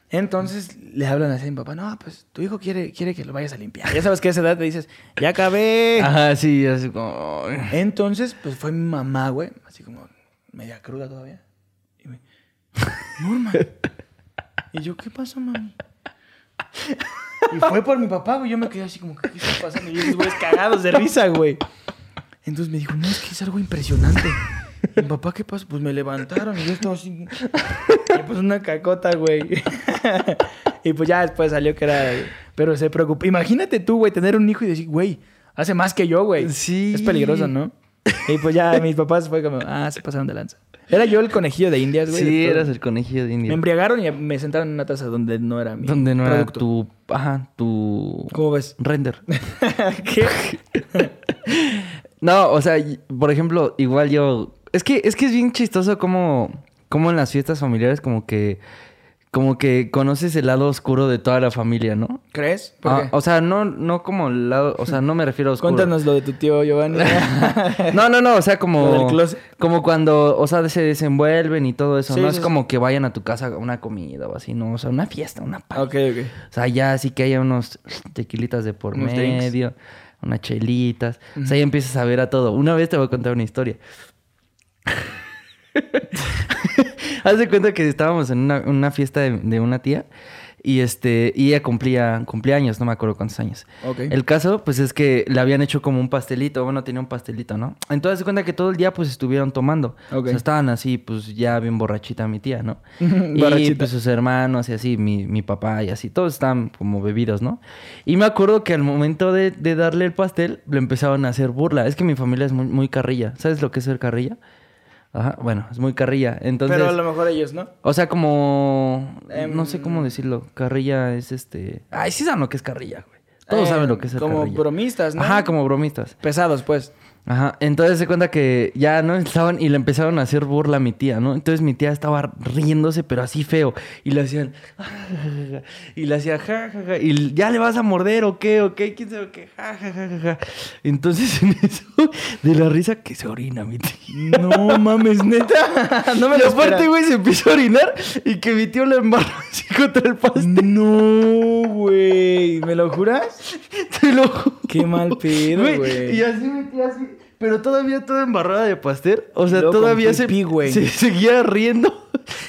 Speaker 2: Entonces le hablan así a mi papá, no, pues tu hijo quiere, quiere que lo vayas a limpiar. Ya sabes que a esa edad te dices, ya acabé.
Speaker 1: Ajá, sí, así como.
Speaker 2: Entonces, pues fue mi mamá, güey, así como media cruda todavía. Y me, Norman. Y yo, ¿qué pasó, mami? Y fue por mi papá, güey. Yo me quedé así como, ¿qué está pasando? Y esos güeyes cagados de risa, güey. Entonces me dijo, no, es que es algo impresionante. Y Mi papá, ¿qué pasó? Pues me levantaron y yo estaba así. Y pues una cacota, güey. Y pues ya después salió que era. Pero se preocupó. Imagínate tú, güey, tener un hijo y decir, güey, hace más que yo, güey.
Speaker 1: Sí.
Speaker 2: Es peligroso, ¿no? Y pues ya mis papás fue como, ah, se pasaron de lanza. Era yo el conejillo de indias, güey.
Speaker 1: Sí,
Speaker 2: de todo.
Speaker 1: eras el conejillo de
Speaker 2: Me
Speaker 1: India.
Speaker 2: embriagaron y me sentaron en una taza donde no era mi
Speaker 1: Donde no
Speaker 2: producto.
Speaker 1: era tu. Ajá, tu.
Speaker 2: ¿Cómo ves?
Speaker 1: Render.
Speaker 2: ¿Qué?
Speaker 1: No, o sea, y- por ejemplo, igual yo. Es que es, que es bien chistoso como, como en las fiestas familiares, como que. Como que conoces el lado oscuro de toda la familia, ¿no?
Speaker 2: ¿Crees? ¿Por
Speaker 1: Ah,
Speaker 2: qué?
Speaker 1: O sea, no, no como el lado. O sea, no me refiero a oscuro.
Speaker 2: Cuéntanos lo de tu tío Giovanni.
Speaker 1: No, no, no, o sea, como.
Speaker 2: Lo del closet.
Speaker 1: Como cuando, o sea, se desenvuelven y todo eso.
Speaker 2: Sí,
Speaker 1: no
Speaker 2: sí,
Speaker 1: es
Speaker 2: sí.
Speaker 1: como que vayan a tu casa a una comida o así, no. O sea, una fiesta, una
Speaker 2: Ah,
Speaker 1: party.
Speaker 2: ok, ok.
Speaker 1: O sea, ya sí que haya unos tequilitas de por
Speaker 2: Unos drinks.
Speaker 1: medio, unas chelitas. O sea, ya empiezas a ver a todo. Una vez te voy a contar una historia. Haz de cuenta que estábamos en una, una fiesta de, de una tía y este y ella cumplía cumpleaños, no me acuerdo cuántos años.
Speaker 2: Ok.
Speaker 1: El caso, pues es que le habían hecho como un pastelito, bueno, tenía un pastelito, ¿no? Entonces se cuenta que todo el día pues estuvieron tomando. O
Speaker 2: Ok.
Speaker 1: sea, estaban así, pues ya bien borrachita mi tía, ¿no? y
Speaker 2: Borrachita.
Speaker 1: pues sus hermanos y así, mi, mi papá y así, todos estaban como bebidos, ¿no? Y me acuerdo que al momento de, de darle el pastel, le empezaban a hacer burla. Es que mi familia es muy, muy carrilla. ¿Sabes lo que es ser carrilla? Ajá, bueno, es muy carrilla. Entonces,
Speaker 2: Pero a lo mejor ellos, ¿no?
Speaker 1: o sea, como...
Speaker 2: Em.
Speaker 1: no sé cómo decirlo. Carrilla es este... Ay, sí saben lo que es carrilla, güey. Todos
Speaker 2: Eh,
Speaker 1: saben lo que es ser
Speaker 2: Como
Speaker 1: carrilla.
Speaker 2: bromistas, ¿no?
Speaker 1: Ajá, como bromistas.
Speaker 2: Pesados, pues.
Speaker 1: Ajá, entonces se cuenta que ya no estaban y le empezaron a hacer burla a mi tía, ¿no? Entonces mi tía estaba riéndose, pero así feo. Y le hacían. Y le hacía. Ja, ja, ja, y ya le vas a morder o qué, o qué, quién sabe qué. Ja, ja, ja, ja, ja. Entonces en eso, de la risa que se orina mi tía.
Speaker 2: No mames, neta. No me
Speaker 1: y aparte,
Speaker 2: lo esperaba.
Speaker 1: güey, se empieza a orinar y que mi tío le embarra así contra el
Speaker 2: Mm,
Speaker 1: pastel.
Speaker 2: No, güey. ¿Me lo juras?
Speaker 1: Te lo juro.
Speaker 2: Qué mal pedo, güey.
Speaker 1: Y así metía así. Pero todavía toda embarrada de pastel. O sea,
Speaker 2: Luego con
Speaker 1: todavía se,
Speaker 2: pipí, güey.
Speaker 1: se seguía riendo.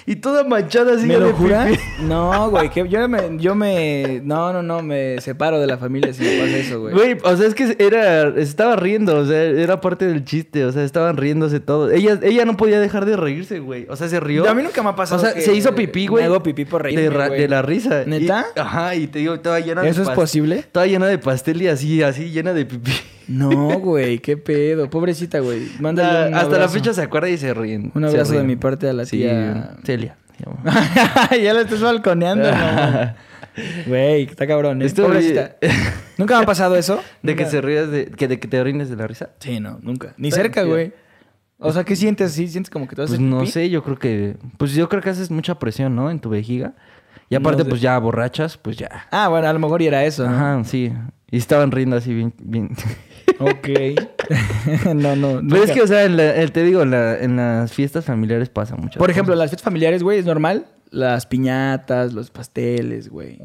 Speaker 1: Y toda manchada así.
Speaker 2: ¿Me
Speaker 1: ya
Speaker 2: lo
Speaker 1: de pipí.
Speaker 2: juras? No, güey. que Yo me, yo me. No, no, no. Me separo de la familia si me pasa eso, güey.
Speaker 1: Güey, o sea, es que era, estaba riendo, o sea, era parte del chiste, o sea, estaban riéndose todos. Ella, ella no podía dejar de reírse, güey. O sea, se rió.
Speaker 2: A mí nunca me ha pasado
Speaker 1: O sea,
Speaker 2: que
Speaker 1: se hizo pipí,
Speaker 2: me
Speaker 1: güey.
Speaker 2: hago pipí por reírme,
Speaker 1: de, ra-
Speaker 2: güey.
Speaker 1: de la risa. Y-
Speaker 2: ¿Neta?
Speaker 1: ajá, y te digo, estaba llena de
Speaker 2: ¿Eso es
Speaker 1: pas-
Speaker 2: posible?
Speaker 1: Estaba llena de pastel y así, así, llena de pipí.
Speaker 2: No, güey. Qué pedo. Pobrecita, güey. Mándale.
Speaker 1: Nah,
Speaker 2: un
Speaker 1: Ah, hasta la
Speaker 2: abrazo.
Speaker 1: fecha se acuerda y se ríen.
Speaker 2: Un
Speaker 1: se
Speaker 2: abrazo de
Speaker 1: ríen.
Speaker 2: mi parte a la
Speaker 1: Sí,
Speaker 2: tía.
Speaker 1: Celia. se llama.
Speaker 2: ya la estás balconeando, no. Güey, está cabrón. ¿eh?
Speaker 1: Estoy-
Speaker 2: Pobrecita. ¿Nunca me ha pasado eso?
Speaker 1: De que
Speaker 2: Nunca.
Speaker 1: se rías de, que de que te orines de la risa.
Speaker 2: Sí, no, nunca. Ni
Speaker 1: Está
Speaker 2: cerca,
Speaker 1: bien.
Speaker 2: güey. O sea, ¿qué sientes? ¿Sí? ¿Sientes como que te vas a
Speaker 1: Pues
Speaker 2: hacer
Speaker 1: no
Speaker 2: pipí?
Speaker 1: sé, yo creo que pues yo creo que haces mucha presión, ¿no? En tu vejiga. Y
Speaker 2: No
Speaker 1: aparte
Speaker 2: sé.
Speaker 1: pues ya borrachas, pues ya.
Speaker 2: Ah, bueno, a lo mejor y era eso. ¿no?
Speaker 1: Ajá, sí. Y estaban riendo así bien bien.
Speaker 2: Ok. no, no.
Speaker 1: Pero es
Speaker 2: nunca.
Speaker 1: que o sea, en la- el- te digo, en la- en las fiestas familiares pasa mucho.
Speaker 2: Por ejemplo, las fiestas familiares, güey, es normal. Las piñatas, los pasteles, güey.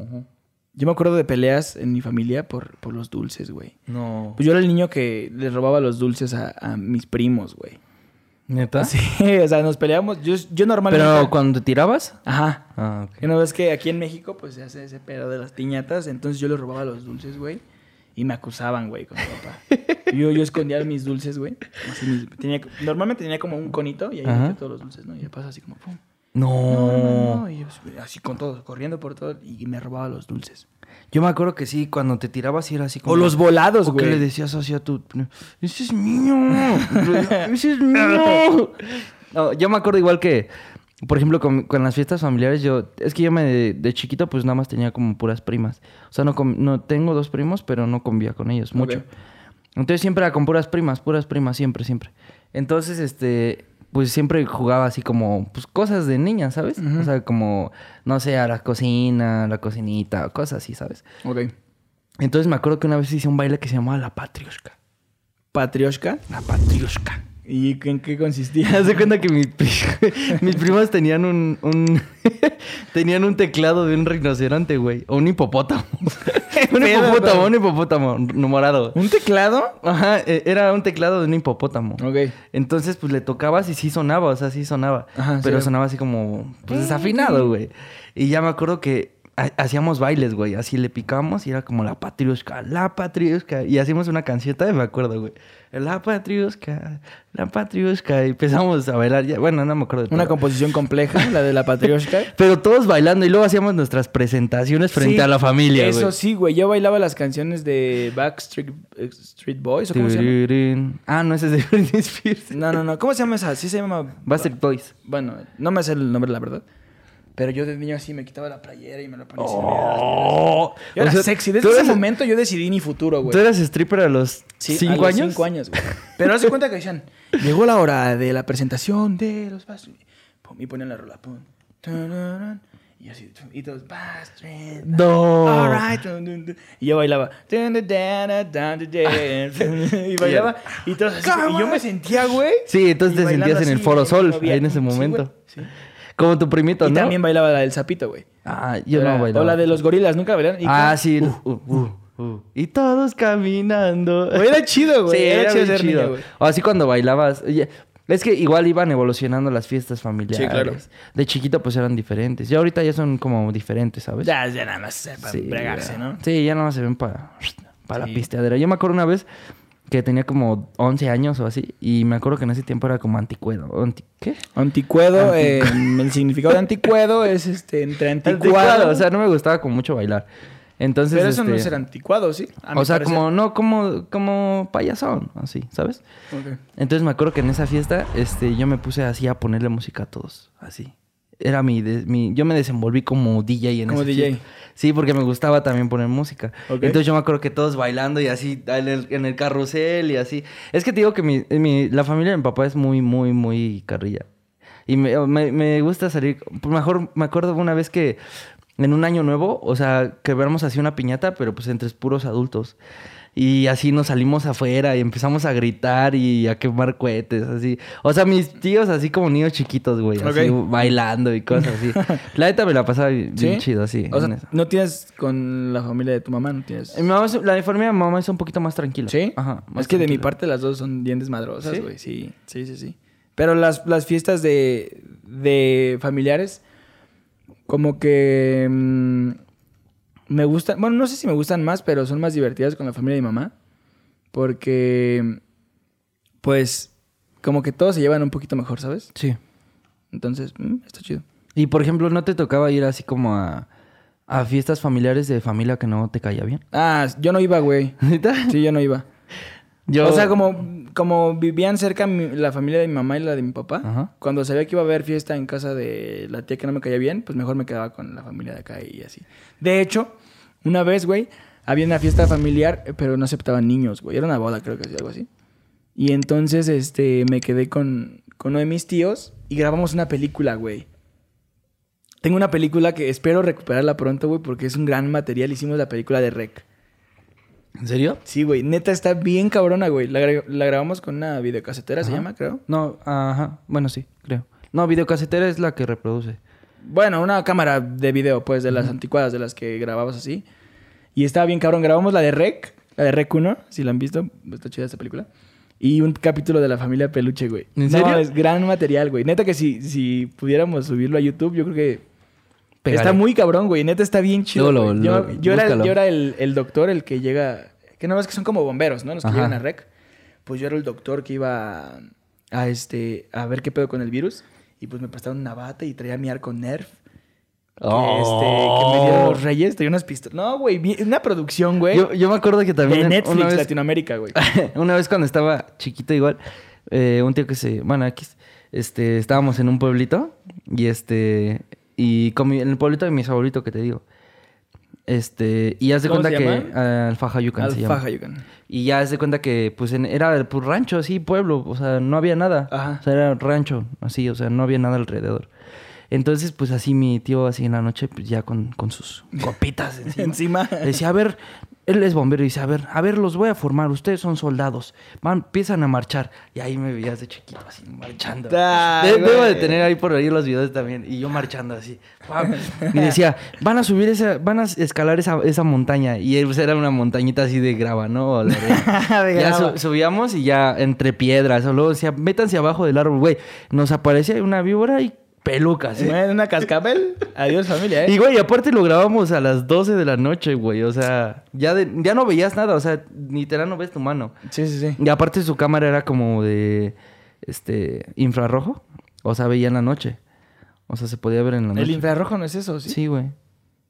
Speaker 2: Yo me acuerdo de peleas en mi familia por, por los dulces, güey.
Speaker 1: no.
Speaker 2: Pues yo era el niño que le robaba los dulces a, a mis primos, güey.
Speaker 1: ¿Neta?
Speaker 2: Sí, o sea, nos peleábamos. Yo, yo normalmente...
Speaker 1: Ah. Pero cuando tirabas?
Speaker 2: Ajá.
Speaker 1: Ah, ok.
Speaker 2: Y Una vez que aquí en México, pues se hace ese pedo de las piñatas, entonces yo le robaba los dulces, güey. Y me acusaban, güey, con mi papá. Yo, yo escondía mis dulces, güey. así mis- tenía- normalmente tenía como un conito y ahí
Speaker 1: Ajá.
Speaker 2: metía todos los dulces, ¿no? Y le pasa así como, pum. No, no, no,
Speaker 1: No.
Speaker 2: no, Y yo, pues, así con todo, corriendo por todo y me robaba los dulces.
Speaker 1: Yo me acuerdo que sí, cuando te tirabas sí era así como
Speaker 2: O los volados,
Speaker 1: ¿O qué le
Speaker 2: güey.
Speaker 1: decías así a tu... Ese es mío. Ese es mío. No, yo me acuerdo igual que, por ejemplo, con, con las fiestas familiares, yo... Es que yo me... De, de chiquito, pues nada más tenía como puras primas. O sea, no, con- no tengo dos primos, pero no convivía con ellos mucho.
Speaker 2: Ok.
Speaker 1: Entonces siempre era con puras primas, puras primas, siempre, siempre. Entonces, este... Pues siempre jugaba así como, pues cosas de niña, ¿sabes? O sea, como, no sé, a la cocina, a la cocinita, cosas así, ¿sabes?
Speaker 2: Ok.
Speaker 1: Entonces me acuerdo que una vez hice un baile que se llamaba La Patriushka.
Speaker 2: Patrioshka.
Speaker 1: La Patriushka.
Speaker 2: ¿Y en qué consistía?
Speaker 1: Haz de cuenta que mis, pri- mis primas tenían un, un- tenían un teclado de un rinoceronte, güey. O un hipopótamo. un
Speaker 2: pedo,
Speaker 1: hipopótamo,
Speaker 2: güey?
Speaker 1: un hipopótamo no, morado.
Speaker 2: ¿Un teclado?
Speaker 1: Ajá, e- era un teclado de un hipopótamo.
Speaker 2: Ok.
Speaker 1: Entonces, pues le tocabas y sí sonaba, o sea, sí sonaba.
Speaker 2: Ajá, sí
Speaker 1: pero
Speaker 2: era-
Speaker 1: sonaba así como, pues desafinado, güey. Y ya me acuerdo que ha- hacíamos bailes, güey. Así le picamos y era como la patriusca, la patriusca. Y hacíamos una canción, me acuerdo, güey. La patriusca, la patriusca. Y empezamos a bailar. ya- bueno, no me acuerdo. de
Speaker 2: Una
Speaker 1: todo.
Speaker 2: composición compleja, la de la Patrioshka.
Speaker 1: Pero todos bailando y luego hacíamos nuestras presentaciones frente
Speaker 2: Sí,
Speaker 1: a la familia,
Speaker 2: Eso
Speaker 1: güey.
Speaker 2: sí, güey. Yo bailaba las canciones de Backstreet eh, Street Boys. ¿o ¿Cómo se llama?
Speaker 1: Tirirín. Ah, no, ese es de Britney Spears.
Speaker 2: No, no, no. ¿Cómo se llama esa? Sí se llama...
Speaker 1: Bastard Boys.
Speaker 2: Bueno, no me sé el nombre, la verdad. Pero yo de niño así me quitaba la playera y me la ponía así.
Speaker 1: Oh.
Speaker 2: Yo era
Speaker 1: O sea,
Speaker 2: sexy.
Speaker 1: tú
Speaker 2: Desde ese
Speaker 1: eres-
Speaker 2: momento yo decidí mi futuro, güey.
Speaker 1: ¿Tú eras stripper a los
Speaker 2: Sí, a
Speaker 1: cinco
Speaker 2: los
Speaker 1: años?
Speaker 2: Cinco años, güey. Pero hace cuenta que decían, llegó la hora de la presentación de los Backstreet. Pum, Y ponían la rola. pum, tararán, Y yo así, tum, y todos, Backstreet,
Speaker 1: No.
Speaker 2: All right. dun, dun, dun. Y yo bailaba. Dun, dun, dun, dun, dun, dun, dun. Y bailaba. Y, todos así, y yo me sentía, güey.
Speaker 1: Sí, entonces
Speaker 2: y
Speaker 1: te
Speaker 2: bailando
Speaker 1: sentías en el
Speaker 2: así,
Speaker 1: Foro
Speaker 2: mi
Speaker 1: Sol,
Speaker 2: novia.
Speaker 1: ahí en ese
Speaker 2: Sí, güey,
Speaker 1: momento.
Speaker 2: sí.
Speaker 1: Como tu primito,
Speaker 2: Y
Speaker 1: ¿no?
Speaker 2: también bailaba la del sapito, güey.
Speaker 1: Ah, yo
Speaker 2: Era-
Speaker 1: no bailaba.
Speaker 2: O la de los gorilas, nunca bailaron. ¿Y
Speaker 1: Ah,
Speaker 2: qué?
Speaker 1: sí.
Speaker 2: Uf.
Speaker 1: uh, uh, uh. Y todos caminando.
Speaker 2: Güey, era chido, güey.
Speaker 1: Sí,
Speaker 2: era,
Speaker 1: era
Speaker 2: chido
Speaker 1: bien
Speaker 2: ser niño,
Speaker 1: chido.
Speaker 2: güey.
Speaker 1: O así cuando bailabas. Oye, Es que igual iban evolucionando las fiestas familiares.
Speaker 2: claro.
Speaker 1: De chiquito pues eran diferentes. Ya ahorita ya son como diferentes, ¿sabes?
Speaker 2: Ya, ya nada más eh, para
Speaker 1: Sí,
Speaker 2: bregarse,
Speaker 1: ya.
Speaker 2: ¿no?
Speaker 1: Sí, ya nada más se ven para, para
Speaker 2: Sí.
Speaker 1: la pisteadera. Yo me acuerdo una vez que tenía como 11 años o así. Y me acuerdo que en ese tiempo era como anticuedo. anti- ¿Qué?
Speaker 2: Anticuedo, eh, el significado de anticuedo es este, entre anticuado.
Speaker 1: Anticuado. O sea, no me gustaba como mucho bailar. Entonces,
Speaker 2: pero eso no
Speaker 1: este,
Speaker 2: es anticuado, ¿sí? A mi
Speaker 1: O sea,
Speaker 2: parecer.
Speaker 1: como, no, como, como payasón, así, ¿sabes?
Speaker 2: Ok.
Speaker 1: Entonces me acuerdo que en esa fiesta, este, yo me puse así a ponerle música a todos, así. era mi, de- mi- Yo me desenvolví como DJ en
Speaker 2: Como
Speaker 1: ese
Speaker 2: DJ.
Speaker 1: fiesta. Sí, porque me gustaba también poner música.
Speaker 2: Ok.
Speaker 1: Entonces yo me acuerdo que todos bailando y así en el, en el carrusel y así. Es que te digo que mi, mi- la familia de mi papá es muy, muy, muy carrilla. Y me, me- me gusta salir. pues, Mejor me acuerdo una vez que en un año nuevo, o sea, que veamos así una piñata, pero pues entre puros adultos. Y así nos salimos afuera y empezamos a gritar y a quemar cohetes, así. O sea, mis tíos así como niños chiquitos, güey. Así
Speaker 2: Ok.
Speaker 1: bailando y cosas así. La neta me la pasaba bien
Speaker 2: ¿Sí?
Speaker 1: chido, así.
Speaker 2: O
Speaker 1: en
Speaker 2: sea,
Speaker 1: eso.
Speaker 2: no tienes con la familia de tu mamá, no tienes.
Speaker 1: Mi mamá es- la de familia de mi mamá es un poquito más tranquila.
Speaker 2: ¿Sí?
Speaker 1: Ajá. más
Speaker 2: es que de mi
Speaker 1: tranquila.
Speaker 2: parte las dos son bien desmadrosas,
Speaker 1: ¿Sí?
Speaker 2: güey. ¿Sí? sí, sí, sí, Pero las, las fiestas de, de familiares, como que mm, me gustan, bueno, no sé si me gustan más, pero son más divertidas con la familia de mi mamá. Porque, pues, como que todos se llevan un poquito mejor, ¿sabes?
Speaker 1: Sí.
Speaker 2: Entonces, mm, está chido.
Speaker 1: Y por ejemplo, ¿no te tocaba ir así como a, a fiestas familiares de familia que no te caía bien?
Speaker 2: Ah, yo no iba, güey.
Speaker 1: ¿Neta?
Speaker 2: Sí, yo no iba.
Speaker 1: Yo...
Speaker 2: O sea, como, como vivían cerca mi- la familia de mi mamá y la de mi papá,
Speaker 1: Ajá.
Speaker 2: cuando sabía que iba a haber fiesta en casa de la tía que no me caía bien, pues mejor me quedaba con la familia de acá y así. De hecho, una vez, güey, había una fiesta familiar, eh, pero no aceptaban niños, güey. Era una boda, creo que sí, algo así. Y entonces, este, me quedé con, con uno de mis tíos y grabamos una película, güey. Tengo una película que espero recuperarla pronto, güey, porque es un gran material. Hicimos la película de Rec.
Speaker 1: ¿En serio?
Speaker 2: Sí, güey. Neta, está bien cabrona, güey. La, gra- la grabamos con una videocasetera, se
Speaker 1: Ajá.
Speaker 2: llama, creo.
Speaker 1: No, ajá. Bueno, sí, creo. No, videocasetera es la que reproduce.
Speaker 2: Bueno, una cámara de video, pues, de las anticuadas, de las que grababas así. Y estaba bien cabrón. Grabamos la de Rec, la de Rec 1, si la han visto. Está chida esta película. Y un capítulo de la familia Peluche, güey.
Speaker 1: ¿En
Speaker 2: No,
Speaker 1: serio?
Speaker 2: es gran material, güey. Neta que si, si pudiéramos subirlo a YouTube, yo creo que...
Speaker 1: Pégale.
Speaker 2: Está muy cabrón, güey. Neta está bien chido.
Speaker 1: Luego lo-
Speaker 2: güey. yo,
Speaker 1: lo-
Speaker 2: yo era, el,
Speaker 1: búscalo.
Speaker 2: yo era el, el doctor, el que llega... Que nada más que son como bomberos, ¿no? Los que
Speaker 1: Ajá.
Speaker 2: llegan a Rec. Pues yo era el doctor que iba a, a, este, a ver qué pedo con el virus. Y pues me prestaron una bata y traía mi arco Nerf. Que, este, que me dieron los reyes, tenía unas pistolas. No, güey, vi- una producción, güey.
Speaker 1: Oh. Yo, yo me acuerdo que también
Speaker 2: de
Speaker 1: en-
Speaker 2: Netflix
Speaker 1: una vez,
Speaker 2: Latinoamérica, güey.
Speaker 1: una vez cuando estaba chiquito igual, eh, un tío que se, bueno, aquí este estábamos en un pueblito y este y con mi- en el pueblito de mi abuelito que te digo. Este, y haz de
Speaker 2: ¿Cómo
Speaker 1: cuenta
Speaker 2: se
Speaker 1: que
Speaker 2: llama?
Speaker 1: Alfajayucan se llama.
Speaker 2: Alfajayucan.
Speaker 1: Y ya haz de cuenta que pues en- era pues, rancho, así, pueblo, o sea, no había nada.
Speaker 2: Ajá.
Speaker 1: O sea, era rancho, así, o sea, no había nada alrededor. Entonces, pues así mi tío, así en la noche, pues ya con, con sus copitas encima.
Speaker 2: Encima.
Speaker 1: Le decía, a ver, él es bombero y dice, a ver, a ver, los voy a formar, ustedes son soldados, van, empiezan a marchar. Y ahí me veías de chiquito así marchando.
Speaker 2: Ay,
Speaker 1: De- debo
Speaker 2: güey.
Speaker 1: de tener ahí por ahí los videos también. Y yo marchando así. pam. Y decía, van a subir esa, van a escalar esa, esa montaña. Y él, pues, era una montañita así de grava, ¿no? O la arena.
Speaker 2: De
Speaker 1: ya
Speaker 2: grava.
Speaker 1: su- subíamos y ya entre piedras. O luego decía, métanse abajo del árbol, güey. Nos aparecía una víbora y pelucas. ¿eh?
Speaker 2: Bueno, Una cascabel. Adiós, familia, eh.
Speaker 1: Y güey, aparte lo grabamos a las 12 de la noche, güey. O sea, ya, de- ya no veías nada, o sea, literal no ves tu mano.
Speaker 2: Sí, sí, sí.
Speaker 1: Y aparte su cámara era como de este infrarrojo. O sea, veía en la noche. O sea, se podía ver en la noche.
Speaker 2: El infrarrojo no es eso, ¿sí?
Speaker 1: Sí, güey.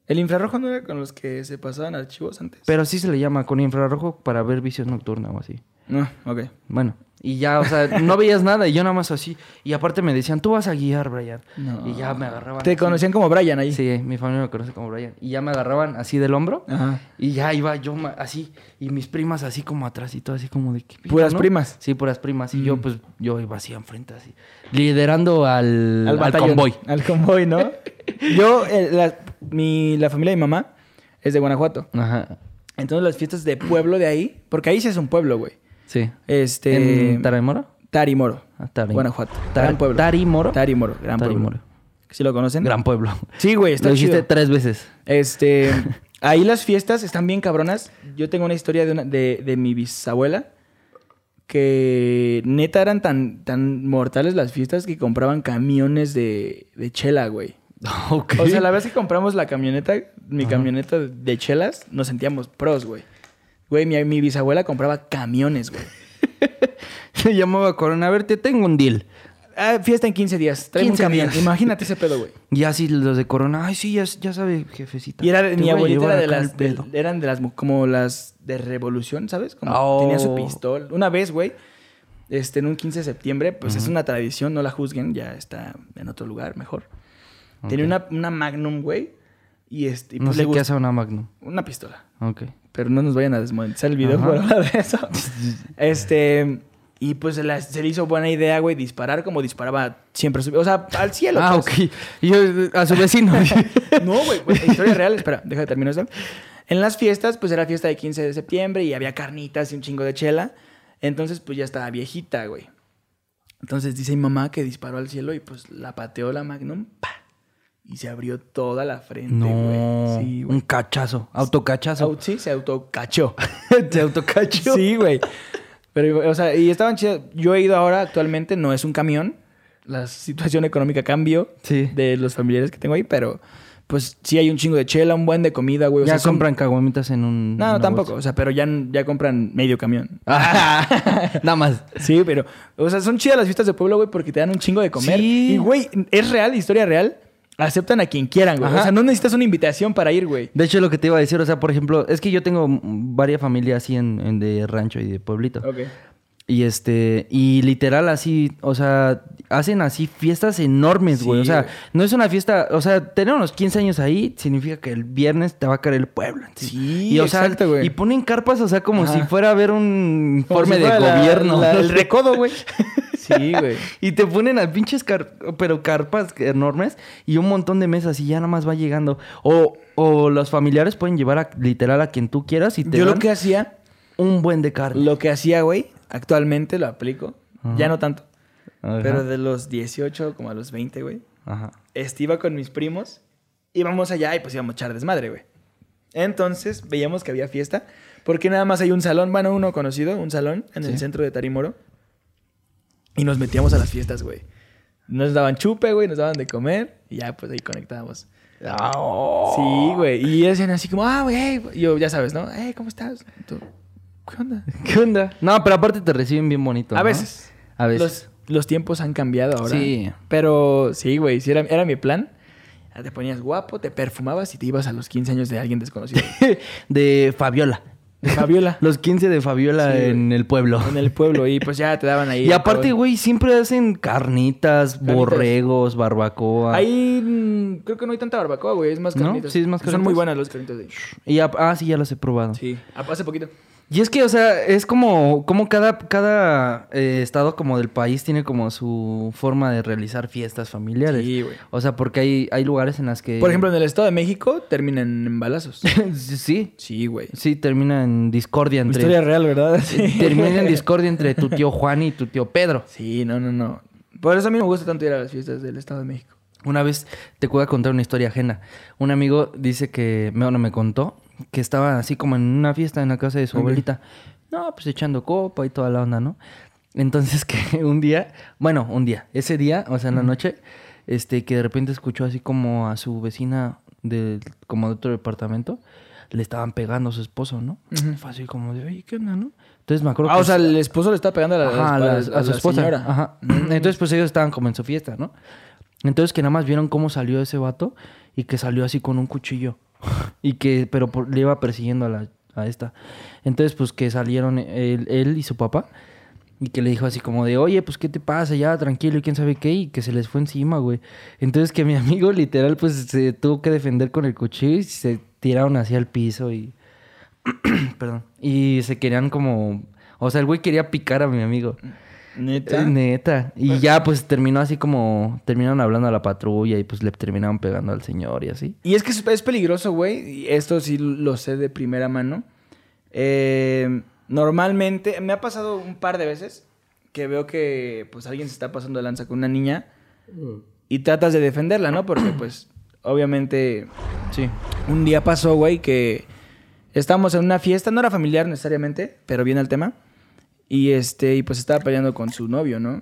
Speaker 2: El infrarrojo no era con los que se pasaban archivos antes.
Speaker 1: Pero sí se le llama con infrarrojo para ver visión nocturna o así.
Speaker 2: No, ok.
Speaker 1: Bueno, y ya, o sea, no veías nada y yo nada más así. Y aparte me decían, tú vas a guiar, Brian.
Speaker 2: No.
Speaker 1: Y ya me agarraban.
Speaker 2: Te
Speaker 1: así.
Speaker 2: conocían como Brian ahí.
Speaker 1: Sí, mi familia me conoce como Brian. Y ya me agarraban así del hombro.
Speaker 2: Ajá.
Speaker 1: Y ya iba yo ma- así, y mis primas así como atrás y todo así como de... ¿qué pedo,
Speaker 2: Puras primas. Mm.
Speaker 1: Sí, puras primas. Y yo pues, yo iba así enfrente así, liderando al, al,
Speaker 2: batallón.
Speaker 1: convoy.
Speaker 2: Al convoy, ¿no? Yo, eh, la, mi, la familia de mi mamá es de Guanajuato.
Speaker 1: Ajá,
Speaker 2: Entonces las fiestas de pueblo de ahí, porque ahí sí es un pueblo, güey.
Speaker 1: sí.
Speaker 2: Este
Speaker 1: ¿En Tarimoro?
Speaker 2: Tarimoro,
Speaker 1: Ah, Tarim-
Speaker 2: Guanajuato.
Speaker 1: Tar-
Speaker 2: gran pueblo.
Speaker 1: Tarimoro.
Speaker 2: Tarimoro, gran
Speaker 1: Tarimoro.
Speaker 2: pueblo. ¿Sí lo conocen?
Speaker 1: Gran pueblo.
Speaker 2: Sí, güey, está
Speaker 1: Lo hiciste
Speaker 2: chido.
Speaker 1: tres veces.
Speaker 2: Este, ahí las fiestas están bien cabronas. Yo tengo una historia de, una- de, de mi bisabuela que neta eran tan, tan mortales las fiestas que compraban camiones de, de chela, güey.
Speaker 1: Ok.
Speaker 2: O sea, la vez que compramos la camioneta, mi camioneta de chelas, nos sentíamos pros, güey. Güey, mi, mi bisabuela compraba camiones, güey.
Speaker 1: Se llamaba Corona. A ver, te tengo un deal.
Speaker 2: Ah, fiesta en 15 días. Trae un
Speaker 1: 15
Speaker 2: camión.
Speaker 1: días.
Speaker 2: Imagínate ese pedo, güey.
Speaker 1: Y así los de Corona. Ay, sí, ya, ya sabe, jefecita.
Speaker 2: Y era
Speaker 1: Te
Speaker 2: mi
Speaker 1: voy a
Speaker 2: abuelita
Speaker 1: llevar
Speaker 2: era de
Speaker 1: acá
Speaker 2: las
Speaker 1: al
Speaker 2: de-
Speaker 1: pedo.
Speaker 2: eran de las mu- como las de revolución, ¿sabes? Como
Speaker 1: Oh.
Speaker 2: tenía su pistola. Una vez, güey, este en un 15 de septiembre, pues es una tradición, no la juzguen, ya está en otro lugar mejor. Tenía una, una Magnum, güey. Y este, y
Speaker 1: No
Speaker 2: pues
Speaker 1: sé
Speaker 2: le
Speaker 1: qué
Speaker 2: gust-
Speaker 1: hace una Magnum.
Speaker 2: Una pistola.
Speaker 1: Ok.
Speaker 2: Pero no nos vayan a desmonetizar el video
Speaker 1: Ajá.
Speaker 2: por hablar de eso. Este. Y pues se, la- se le hizo buena idea, güey, disparar como disparaba siempre. su- O sea, al cielo.
Speaker 1: Ah,
Speaker 2: pues.
Speaker 1: ok. Y yo, eh, a su vecino.
Speaker 2: No, güey, güey, historia real. Espera, deja de terminar esto. En las fiestas, pues era fiesta de 15 de septiembre y había carnitas y un chingo de chela. Entonces, pues ya estaba viejita, güey. Entonces dice mi mamá que disparó al cielo y pues la pateó la Magnum. ¡pa! Y se abrió toda la frente,
Speaker 1: no.
Speaker 2: güey. Sí, güey.
Speaker 1: un cachazo. Autocachazo.
Speaker 2: Au- Sí, se autocachó.
Speaker 1: Te autocachó.
Speaker 2: Sí, güey. Pero, o sea, y estaban chidas. Yo he ido ahora, actualmente, no es un camión. La situación económica cambió
Speaker 1: Sí.
Speaker 2: de los familiares que tengo ahí, pero pues sí hay un chingo de chela, un buen de comida, güey. O
Speaker 1: Ya
Speaker 2: sea, son-
Speaker 1: compran caguamitas en un.
Speaker 2: No,
Speaker 1: una
Speaker 2: no, tampoco. O
Speaker 1: bolsa.
Speaker 2: sea, pero ya, ya compran medio camión.
Speaker 1: Ah, Nada más.
Speaker 2: Sí, pero, o sea, son chidas las fiestas de pueblo, güey, porque te dan un chingo de comer.
Speaker 1: Sí.
Speaker 2: Y, güey, es real, historia real. Aceptan a quien quieran, güey.
Speaker 1: Ajá.
Speaker 2: O sea, no necesitas una invitación para ir, güey.
Speaker 1: De hecho, lo que te iba a decir, o sea, por ejemplo, es que yo tengo mm, varias familias así en, en de rancho y de pueblito.
Speaker 2: Ok.
Speaker 1: Y este, y literal así, o sea, hacen así fiestas enormes,
Speaker 2: Sí,
Speaker 1: güey. o sea,
Speaker 2: güey.
Speaker 1: no es una fiesta, o sea, tener unos 15 años ahí significa que el viernes te va a caer el pueblo. ¿sí?
Speaker 2: Sí,
Speaker 1: y, o sea,
Speaker 2: exacto, güey.
Speaker 1: Y ponen carpas, o sea, como
Speaker 2: Ajá.
Speaker 1: si fuera a ver un
Speaker 2: Como
Speaker 1: informe
Speaker 2: si
Speaker 1: de
Speaker 2: fuera la-
Speaker 1: gobierno.
Speaker 2: la-
Speaker 1: ¿no?
Speaker 2: el recodo, güey. Sí, güey.
Speaker 1: Y te ponen a pinches car- pero carpas enormes y un montón de mesas y ya nada más va llegando. O, o los familiares pueden llevar a, literal a quien tú quieras y te
Speaker 2: Yo lo
Speaker 1: dan
Speaker 2: que hacía,
Speaker 1: un buen de carne.
Speaker 2: lo que hacía, güey, actualmente lo aplico. Ya no tanto.
Speaker 1: Ajá,
Speaker 2: Pero de los 18 como a los 20, güey.
Speaker 1: ajá.
Speaker 2: Este iba con mis primos. Íbamos allá y pues íbamos a echar desmadre, güey. Entonces veíamos que había fiesta. Porque nada más hay un salón, bueno, uno conocido, un salón en el
Speaker 1: Sí.
Speaker 2: centro de Tarimoro. Y nos metíamos a las fiestas, güey. Nos daban chupe, güey, nos daban de comer. Y ya, pues ahí conectábamos. Ah,
Speaker 1: Oh.
Speaker 2: Sí, güey. Y ellos decían así como, ah, güey, hey", Yo, ya sabes, ¿no? Hey, ¿cómo estás? Tú, ¿Qué onda?
Speaker 1: ¿Qué onda? No, pero aparte te reciben bien bonito.
Speaker 2: A
Speaker 1: ¿no?
Speaker 2: veces.
Speaker 1: A veces.
Speaker 2: Los, los tiempos han cambiado ahora.
Speaker 1: Sí.
Speaker 2: Pero sí, güey, sí era, era mi plan. Ah, Te ponías guapo, te perfumabas y te ibas a los 15 años de alguien desconocido.
Speaker 1: de Fabiola.
Speaker 2: De Fabiola.
Speaker 1: Los 15 de Fabiola
Speaker 2: Sí, güey.
Speaker 1: en el pueblo.
Speaker 2: en el pueblo y pues ya te daban ahí.
Speaker 1: Y aparte,
Speaker 2: todo.
Speaker 1: güey, siempre hacen carnitas,
Speaker 2: Carnitas.
Speaker 1: borregos, barbacoa.
Speaker 2: Ahí mm, creo que no hay tanta barbacoa, güey. Es más
Speaker 1: ¿No?
Speaker 2: carnitas.
Speaker 1: Sí, es más
Speaker 2: Son muy
Speaker 1: carnitas.
Speaker 2: buenas los carnitas de ahí.
Speaker 1: Y ap- ah, sí, ya las he probado.
Speaker 2: Sí. Ah, Hace poquito.
Speaker 1: Y es que, o sea, es como, como cada, cada eh, estado como del país tiene como su forma de realizar fiestas familiares.
Speaker 2: Sí, güey.
Speaker 1: O sea, porque hay, hay lugares en las que...
Speaker 2: Por ejemplo, en el Estado de México terminan en balazos.
Speaker 1: sí,
Speaker 2: Sí, güey.
Speaker 1: sí, termina en discordia entre...
Speaker 2: Historia real, ¿verdad?
Speaker 1: Termina en discordia entre tu tío Juan y tu tío Pedro.
Speaker 2: Sí, no, no, no. Por eso a mí no me gusta tanto ir a las fiestas del Estado de México.
Speaker 1: Una vez te voy a contar una historia ajena. Un amigo dice que, me- bueno, me contó que estaba así como en una fiesta en la casa de su abuelita. No, pues echando copa y toda la onda, ¿no? Entonces que un día, bueno, un día, ese día, o sea, en la noche, este, que de repente escuchó así como a su vecina de, como de otro departamento, le estaban pegando a su esposo, ¿no? Fue así como de, oye, ¿qué onda, no? Entonces me acuerdo
Speaker 2: Ah,
Speaker 1: que...
Speaker 2: o sea, el esposo le está pegando a, la,
Speaker 1: Ajá, a,
Speaker 2: la-
Speaker 1: la-
Speaker 2: a
Speaker 1: a su
Speaker 2: la
Speaker 1: esposa.
Speaker 2: señora.
Speaker 1: Ajá. Entonces, pues ellos estaban como en su fiesta, ¿no? Entonces, que nada más vieron cómo salió ese vato y que salió así con un cuchillo. Y que, pero por- le iba persiguiendo a, la, a esta. Entonces, pues que salieron él, él y su papá. Y que le dijo así como de, oye, pues qué te pasa, ya tranquilo y quién sabe qué. Y que se les fue encima, güey. Entonces, que mi amigo literal, pues se tuvo que defender con el cuchillo y se tiraron hacia el piso y. Perdón. Y se querían como. O sea, el güey quería picar a mi amigo.
Speaker 2: Neta.
Speaker 1: Eh, Neta. Y ya pues terminó así como. Terminaron hablando a la patrulla y pues le terminaron pegando al señor y así.
Speaker 2: Y es que es, es peligroso, güey. y Esto sí lo sé de primera mano. Eh, normalmente, me ha pasado un par de veces que veo que pues alguien se está pasando de lanza con una niña y tratas de defenderla, ¿no? Porque pues obviamente
Speaker 1: Sí.
Speaker 2: Un día pasó, güey, que estábamos en una fiesta, no era familiar necesariamente, pero viene el tema. Y este, y pues estaba peleando con su novio, ¿no?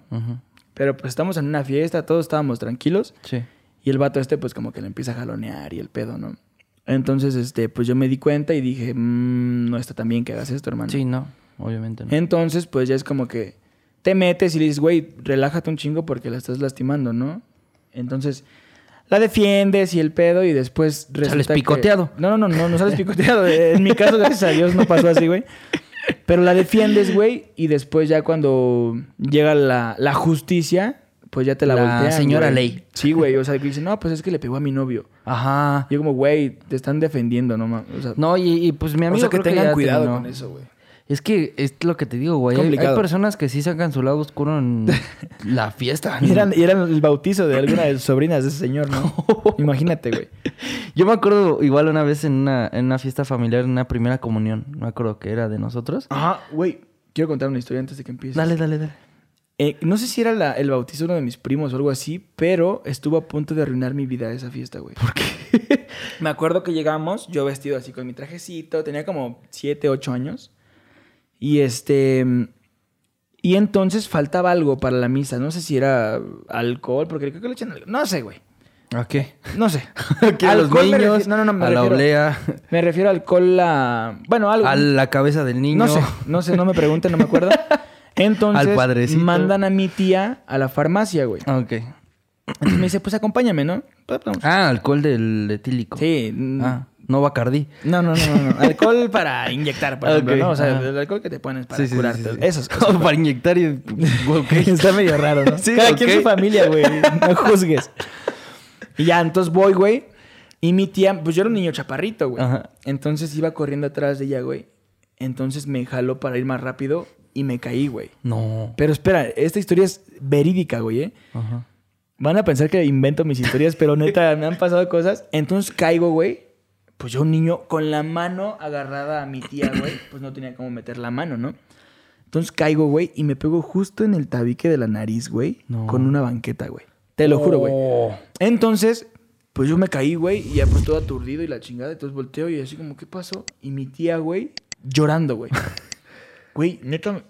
Speaker 2: Pero pues estamos en una fiesta, todos estábamos tranquilos.
Speaker 1: Sí.
Speaker 2: Y el vato este, pues como que le empieza a jalonear y el pedo, ¿no? Entonces, este, pues yo me di cuenta y dije, "Mm, no está tan bien que hagas esto, hermano.
Speaker 1: Sí, no. Obviamente no.
Speaker 2: Entonces, pues ya es como que te metes y le dices, güey, relájate un chingo porque la estás lastimando, ¿no? Entonces, la defiendes y el pedo y después
Speaker 1: Sales
Speaker 2: que-
Speaker 1: picoteado.
Speaker 2: No, no, no, no, no sales picoteado. En mi caso, gracias a Dios, no pasó así, güey. Pero la defiendes, güey, y después ya cuando llega la, la justicia, pues ya te la,
Speaker 1: La
Speaker 2: voltean,
Speaker 1: señora
Speaker 2: güey.
Speaker 1: ley.
Speaker 2: Sí, güey. O sea, que dice, no, pues es que le pegó a mi novio.
Speaker 1: Ajá.
Speaker 2: Yo como, güey, te están defendiendo, no mames. O sea,
Speaker 1: No, y, y, pues mi
Speaker 2: o
Speaker 1: amigo
Speaker 2: sea, que
Speaker 1: creo que
Speaker 2: tengan
Speaker 1: ya
Speaker 2: cuidado
Speaker 1: terminó.
Speaker 2: con eso, güey.
Speaker 1: Es que es lo que te digo, güey. Hay- Hay,
Speaker 2: Complicado.
Speaker 1: personas que sí sacan su lado oscuro en la fiesta.
Speaker 2: Y eran, y eran el bautizo de alguna de las sobrinas de ese señor, ¿no? Imagínate, güey.
Speaker 1: Yo me acuerdo igual una vez en una, en una fiesta familiar, en una primera comunión. No me acuerdo que era de nosotros.
Speaker 2: Ajá, güey. Quiero contar una historia antes de que empieces.
Speaker 1: Dale, dale, dale.
Speaker 2: Eh, no sé si era la- el bautizo de uno de mis primos o algo así, pero estuvo a punto de arruinar mi vida esa fiesta, güey. ¿Por qué? Me acuerdo que llegamos, yo vestido así con mi trajecito, tenía como 7, 8 años. Y este. Y entonces faltaba algo para la misa. No sé si era alcohol, porque creo que le echan algo. No sé, güey.
Speaker 1: ¿A qué?
Speaker 2: No sé.
Speaker 1: Aquí a los
Speaker 2: Alcohol me refiero-
Speaker 1: niños,
Speaker 2: no, no, no, me
Speaker 1: a la
Speaker 2: refiero-
Speaker 1: oblea,
Speaker 2: Me refiero a alcohol a. Bueno, algo.
Speaker 1: a la cabeza del niño.
Speaker 2: No sé, no sé, no me pregunten, no me acuerdo. Entonces,
Speaker 1: Al padrecito.
Speaker 2: mandan a mi tía a la farmacia, güey.
Speaker 1: Ah, Ok.
Speaker 2: Entonces me dice, pues acompáñame, ¿no? Pues, vamos.
Speaker 1: Ah, alcohol del etílico.
Speaker 2: Sí. mm,
Speaker 1: Ah, no Bacardí.
Speaker 2: No, no, no, no, no. Alcohol para inyectar, por
Speaker 1: Ah, Ok,
Speaker 2: ejemplo, ¿no? O sea,
Speaker 1: ajá.
Speaker 2: el alcohol que te pones para
Speaker 1: Sí, sí, sí,
Speaker 2: curarte.
Speaker 1: sí, sí.
Speaker 2: Esos.
Speaker 1: Oh, para inyectar y... Ok.
Speaker 2: Está medio raro, ¿no?
Speaker 1: Sí,
Speaker 2: Cada
Speaker 1: ok.
Speaker 2: quien su familia, güey. No juzgues. Y ya, entonces voy, güey. Y mi tía, pues yo era un niño chaparrito, güey.
Speaker 1: Ajá.
Speaker 2: Entonces iba corriendo atrás de ella, güey. Entonces me jaló para ir más rápido y me caí, güey.
Speaker 1: No.
Speaker 2: Pero espera, esta historia es verídica, güey, ¿eh?
Speaker 1: Ajá.
Speaker 2: Van a pensar que invento mis historias, pero neta, me han pasado cosas. Entonces caigo, güey. Pues yo, un niño, con la mano agarrada a mi tía, güey. Pues no tenía cómo meter la mano, ¿no? Entonces caigo, güey, y me pego justo en el tabique de la nariz, güey.
Speaker 1: No.
Speaker 2: Con una banqueta, güey. Te lo juro, güey.
Speaker 1: Oh.
Speaker 2: Entonces, pues yo me caí, güey, y ya pues todo aturdido y la chingada. Entonces volteo y así como, ¿qué pasó? Y mi tía, güey, llorando, güey. Güey, neta,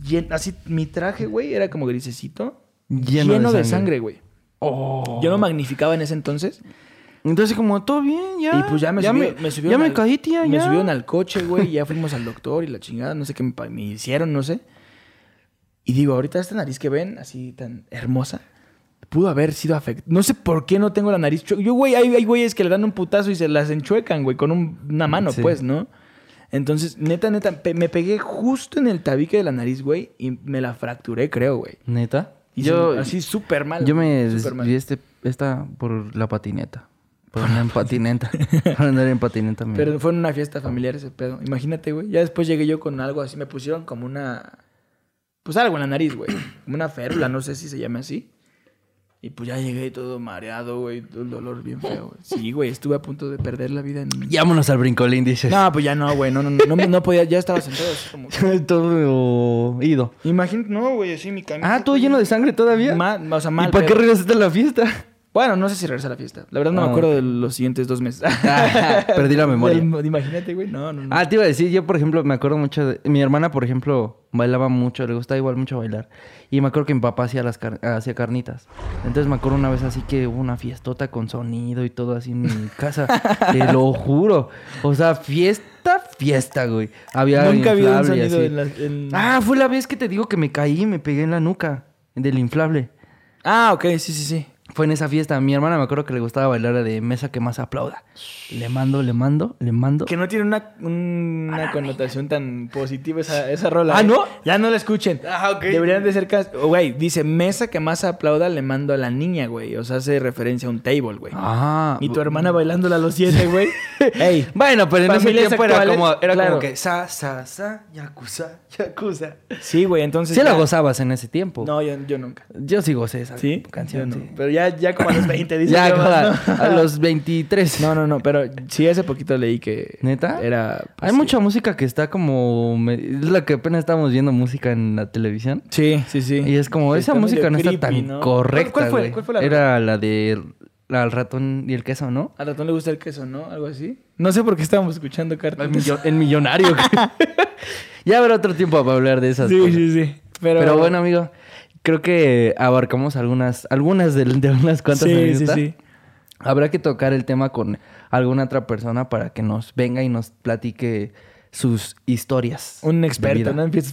Speaker 2: llen- así mi traje, güey, era como grisecito. Lleno,
Speaker 1: Lleno, Oh.
Speaker 2: de sangre, güey. Yo no magnificaba en ese entonces.
Speaker 1: Entonces como, todo bien, ya.
Speaker 2: y pues ya me, subió- subieron
Speaker 1: Ya me
Speaker 2: al-
Speaker 1: caí, tía,
Speaker 2: Me
Speaker 1: ya.
Speaker 2: subieron al coche, güey. y Ya fuimos al doctor y la chingada. No sé qué me, pa- me hicieron, no sé. Y digo, ahorita esta nariz que ven, así tan hermosa, pudo haber sido afectada. No sé por qué no tengo la nariz chueca. Yo, güey, hay, hay güeyes que le dan un putazo y se las enchuecan, güey, con un- una mano,
Speaker 1: Sí.
Speaker 2: pues, ¿no? Entonces, neta, neta, pe- me pegué justo en el tabique de la nariz, güey, y me la fracturé, creo, güey.
Speaker 1: ¿Neta?
Speaker 2: Y
Speaker 1: Yo,
Speaker 2: se- así súper mal.
Speaker 1: yo me
Speaker 2: güey, súper mal.
Speaker 1: desvié este, esta por la patineta. Por andar en patineta. por andar en patineta. mira.
Speaker 2: Pero fue en una fiesta familiar ese pedo. Imagínate, güey. Ya después llegué yo con algo así. Me pusieron como una. Pues algo en la nariz, güey. Como una férula, no sé si se llame así. Y pues ya llegué todo mareado, güey. Un dolor bien feo, güey. Sí, güey. Estuve a punto de perder la vida en.
Speaker 1: Llámonos al brincolín, dices.
Speaker 2: No, pues ya no, güey. No, no, no, no, no podía. Ya estaba sentado así como.
Speaker 1: todo ido.
Speaker 2: Imagínate, no, güey. Así mi camisa.
Speaker 1: Ah, todo lleno de sangre todavía.
Speaker 2: Ma- o sea, mal.
Speaker 1: ¿Y para qué
Speaker 2: pedo.
Speaker 1: regresaste a la fiesta?
Speaker 2: Bueno, no sé si regresé a la fiesta. La verdad no
Speaker 1: Ah,
Speaker 2: me acuerdo de los siguientes dos meses.
Speaker 1: Perdí la memoria.
Speaker 2: Del- imagínate, güey. No, no, no.
Speaker 1: Ah, te iba a decir, yo por ejemplo me acuerdo mucho de... Mi hermana, por ejemplo, bailaba mucho, le gustaba igual mucho bailar. Y me acuerdo que mi papá hacía las car- hacía carnitas. Entonces me acuerdo una vez así que hubo una fiestota con sonido y todo así en mi casa. te lo juro. O sea, fiesta, fiesta, güey. Había
Speaker 2: Nunca había un
Speaker 1: inflable y
Speaker 2: sonido
Speaker 1: así.
Speaker 2: en la- en-
Speaker 1: Ah, fue la vez que te digo que me caí y me pegué en la nuca del inflable.
Speaker 2: Ah, ok, sí, sí, sí.
Speaker 1: Fue en esa fiesta. Mi hermana me acuerdo que le gustaba bailar la de mesa que más aplauda. Le mando, le mando, le mando.
Speaker 2: Que no tiene una, un- una connotación tan positiva esa, esa rola.
Speaker 1: Ah,
Speaker 2: ¿eh?
Speaker 1: ¿no?
Speaker 2: Ya no la escuchen.
Speaker 1: Ah, ok.
Speaker 2: Deberían de ser... cas- oh, Güey, dice, mesa que más aplauda le mando a la niña, güey. O sea, hace referencia a un table, güey.
Speaker 1: Ah.
Speaker 2: Y tu hermana bailándola a los siete, güey. Ey.
Speaker 1: Bueno, pero en ese
Speaker 2: Familias
Speaker 1: tiempo era
Speaker 2: actuales,
Speaker 1: como, era
Speaker 2: claro.
Speaker 1: como que sa, sa, sa, yakuza, yakuza.
Speaker 2: Sí, güey, entonces...
Speaker 1: Sí la
Speaker 2: ya-
Speaker 1: gozabas en ese tiempo.
Speaker 2: No, yo, yo nunca.
Speaker 1: Yo sí gocé esa
Speaker 2: ¿Sí?
Speaker 1: canción.
Speaker 2: Yo no.
Speaker 1: sí.
Speaker 2: Pero ya, ya como a los 20 dice...
Speaker 1: ya,
Speaker 2: que vas,
Speaker 1: cada- a los 23.
Speaker 2: ¿no? no, no, no, pero sí hace poquito leí que...
Speaker 1: ¿Neta?
Speaker 2: Era... pues,
Speaker 1: Hay
Speaker 2: sí.
Speaker 1: mucha música que está como... me- es la que apenas estamos viendo música en la televisión.
Speaker 2: Sí, sí, sí.
Speaker 1: Y es como,
Speaker 2: Que
Speaker 1: esa
Speaker 2: está
Speaker 1: música
Speaker 2: medio
Speaker 1: no está
Speaker 2: creepy,
Speaker 1: tan
Speaker 2: ¿no?
Speaker 1: correcta,
Speaker 2: ¿Cuál, cuál fue?
Speaker 1: güey.
Speaker 2: ¿Cuál fue la
Speaker 1: Era la de... la del ratón y el queso, ¿no?
Speaker 2: Al ratón le gusta el queso, ¿no? Algo así. No sé por qué estábamos escuchando
Speaker 1: El,
Speaker 2: cartas.
Speaker 1: millo- el millonario. ya habrá otro tiempo para hablar de esas
Speaker 2: Sí,
Speaker 1: cosas.
Speaker 2: sí, sí. Pero,
Speaker 1: Pero, bueno, amigo, creo que abarcamos algunas, algunas de, de unas cuantas
Speaker 2: sí, sí,
Speaker 1: anécdotas.
Speaker 2: sí.
Speaker 1: Habrá que tocar el tema con alguna otra persona para que nos venga y nos platique sus historias.
Speaker 2: Un
Speaker 1: de
Speaker 2: experto,
Speaker 1: vida.
Speaker 2: ¿no? En fiestas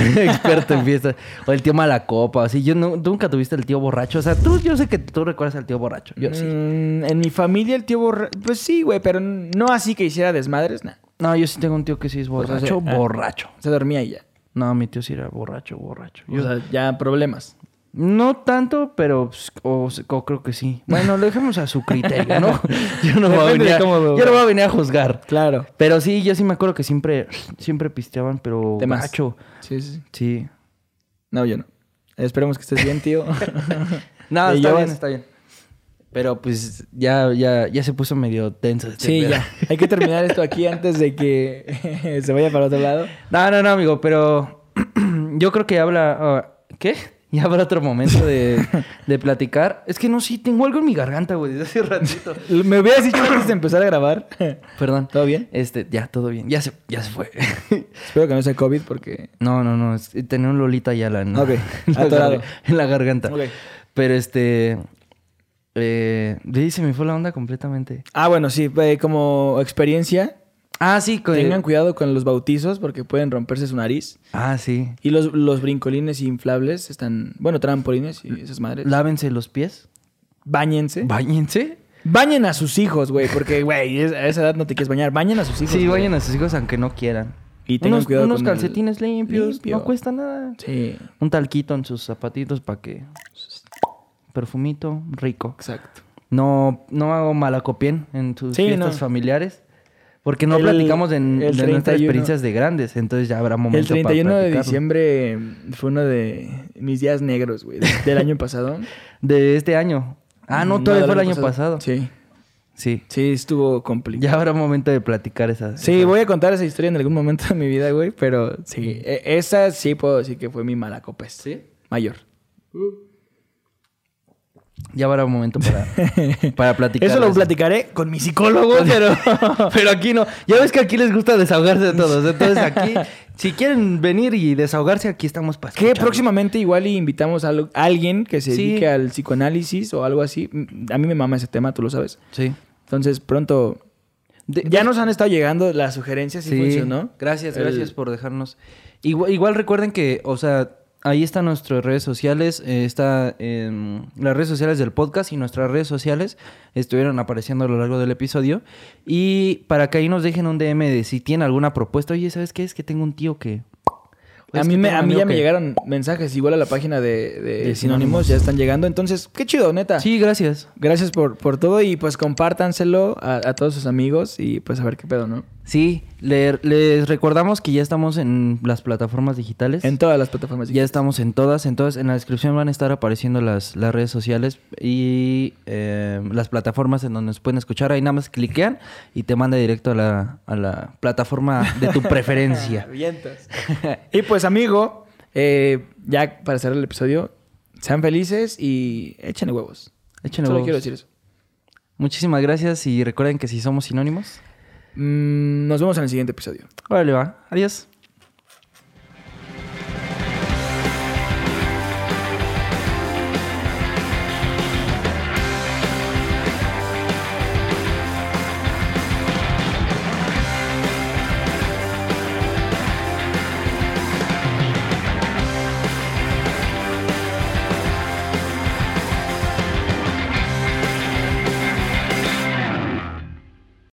Speaker 1: Un experto en fiestas. O el tío Malacopa. Así, yo no- nunca tuviste el tío borracho. O sea, tú, yo sé que tú recuerdas al tío borracho. Yo sí.
Speaker 2: Mm, en mi familia el tío borra... Pues sí, güey, pero no así que hiciera desmadres, nada.
Speaker 1: No, yo sí tengo un tío que sí es
Speaker 2: O sea,
Speaker 1: borracho,
Speaker 2: sí, ah.
Speaker 1: borracho.
Speaker 2: Se dormía y ya.
Speaker 1: No, mi tío sí era borracho, borracho.
Speaker 2: O sea, ya problemas.
Speaker 1: No tanto, pero pues, o- o creo que sí. Bueno, lo dejamos a su criterio, ¿no? yo, no voy a
Speaker 2: Depende de
Speaker 1: venir a-
Speaker 2: cómo lo-
Speaker 1: yo no voy a venir a juzgar.
Speaker 2: Claro.
Speaker 1: Pero sí, yo sí me acuerdo que siempre, siempre pisteaban, pero
Speaker 2: De más.
Speaker 1: macho.
Speaker 2: Sí, sí. sí.
Speaker 1: Sí.
Speaker 2: No, yo no. Esperemos que estés bien, tío.
Speaker 1: No,
Speaker 2: ¿Te
Speaker 1: está bien,
Speaker 2: llevas?
Speaker 1: está bien. Pero pues ya, ya, ya se puso medio tenso. este
Speaker 2: Sí,
Speaker 1: pedo.
Speaker 2: ya. Hay que terminar esto aquí antes de que se vaya para otro lado.
Speaker 1: No, no, no, amigo, pero yo creo que habla. ah, ¿Qué? Ya habrá otro momento de, de platicar. Es que no, sí, tengo algo en mi garganta, güey, desde hace ratito.
Speaker 2: Me hubieras dicho antes de empezar a grabar.
Speaker 1: Perdón.
Speaker 2: ¿Todo bien?
Speaker 1: Este, ya, todo bien. Ya se, ya se fue.
Speaker 2: Espero que no sea COVID porque...
Speaker 1: No, no, no. es- Tenía un Lolita ya la,
Speaker 2: Ok,
Speaker 1: en, la
Speaker 2: atorado.
Speaker 1: garga- en la garganta.
Speaker 2: Ok.
Speaker 1: Pero este. Eh, sí, se me fue la onda completamente.
Speaker 2: Ah, bueno, sí. eh, como experiencia,
Speaker 1: Ah, sí, con-
Speaker 2: tengan cuidado con los bautizos porque pueden romperse su nariz.
Speaker 1: Ah, sí.
Speaker 2: Y los, los brincolines inflables están... Bueno, trampolines y esas madres.
Speaker 1: Lávense los pies.
Speaker 2: Báñense.
Speaker 1: Báñense.
Speaker 2: Bañen a sus hijos, güey, porque, güey, es- a esa edad no te quieres bañar. Bañen a sus hijos.
Speaker 1: Sí,
Speaker 2: güey.
Speaker 1: vayan a sus hijos aunque no quieran.
Speaker 2: Y tengan
Speaker 1: unos
Speaker 2: cuidado
Speaker 1: unos
Speaker 2: con el-
Speaker 1: calcetines limpios,
Speaker 2: limpio.
Speaker 1: no cuesta nada.
Speaker 2: Sí,
Speaker 1: Un talquito en sus zapatitos para que pues, perfumito rico.
Speaker 2: exacto.
Speaker 1: No no hago malacopien en sus
Speaker 2: Sí,
Speaker 1: fiestas
Speaker 2: no.
Speaker 1: familiares. Porque no
Speaker 2: El-
Speaker 1: platicamos en-
Speaker 2: el
Speaker 1: de nuestras
Speaker 2: 31.
Speaker 1: experiencias de grandes, entonces ya habrá momento
Speaker 2: El 31
Speaker 1: para
Speaker 2: de
Speaker 1: platicarlo.
Speaker 2: diciembre fue uno de mis días negros, güey, de- del año pasado.
Speaker 1: de este año. Ah, no, todavía fue el año pasado. Sí.
Speaker 2: Sí, sí, estuvo complicado.
Speaker 1: Ya habrá momento de platicar esas.
Speaker 2: Sí, voy a contar esa historia en algún momento de mi vida, güey, pero sí, e- esa sí puedo decir que fue mi mala copa. ¿Sí? Mayor.
Speaker 1: Ya habrá momento para, para platicar.
Speaker 2: Eso lo
Speaker 1: eso.
Speaker 2: platicaré con mi psicólogo, pero...
Speaker 1: Pero aquí no. Ya ves que aquí les gusta desahogarse a todos. Entonces aquí, si quieren venir y desahogarse, aquí estamos para
Speaker 2: Que
Speaker 1: escucharlos.
Speaker 2: próximamente igual y invitamos a algo- a alguien que se
Speaker 1: Sí.
Speaker 2: dedique al psicoanálisis o algo así. Mm, A mí me mama ese tema, tú lo sabes.
Speaker 1: Sí.
Speaker 2: Entonces, pronto...
Speaker 1: De-
Speaker 2: ya nos han estado llegando las sugerencias y
Speaker 1: Sí.
Speaker 2: funcionó.
Speaker 1: Gracias,
Speaker 2: El-
Speaker 1: gracias por dejarnos. Igual, igual recuerden que, o sea, ahí están nuestras redes sociales, eh, está en las redes sociales del podcast y nuestras redes sociales estuvieron apareciendo a lo largo del episodio. Y para que ahí nos dejen un DM de si tienen alguna propuesta. Oye, ¿sabes qué? Es que tengo un tío que.
Speaker 2: A
Speaker 1: Es
Speaker 2: mí,
Speaker 1: que
Speaker 2: me-
Speaker 1: tengo
Speaker 2: a
Speaker 1: un
Speaker 2: mí
Speaker 1: amigo
Speaker 2: ya me
Speaker 1: que-
Speaker 2: llegaron mensajes igual a la página de, de
Speaker 1: De
Speaker 2: Sinónimos,
Speaker 1: Sinónimos.
Speaker 2: ya están llegando. Entonces, qué chido, neta.
Speaker 1: Sí, gracias.
Speaker 2: Gracias por, por todo y pues compártanselo a, a todos sus amigos y pues a ver qué pedo, ¿no?
Speaker 1: Sí, le- les recordamos que ya estamos en las plataformas digitales.
Speaker 2: En todas las plataformas.
Speaker 1: ya estamos en todas, entonces en la descripción van a estar apareciendo las, las redes sociales y eh, las plataformas en donde nos pueden escuchar. Ahí nada más cliquean y te manda directo a la, a la plataforma de tu preferencia.
Speaker 2: Ah, Vientos. y pues, amigo, eh, ya para cerrar el episodio, sean felices y échenle huevos.
Speaker 1: Échenle
Speaker 2: Solo
Speaker 1: huevos.
Speaker 2: quiero decir eso.
Speaker 1: Muchísimas gracias y recuerden que si somos sinónimos,
Speaker 2: Mm, nos vemos en el siguiente episodio.
Speaker 1: órale va, adiós.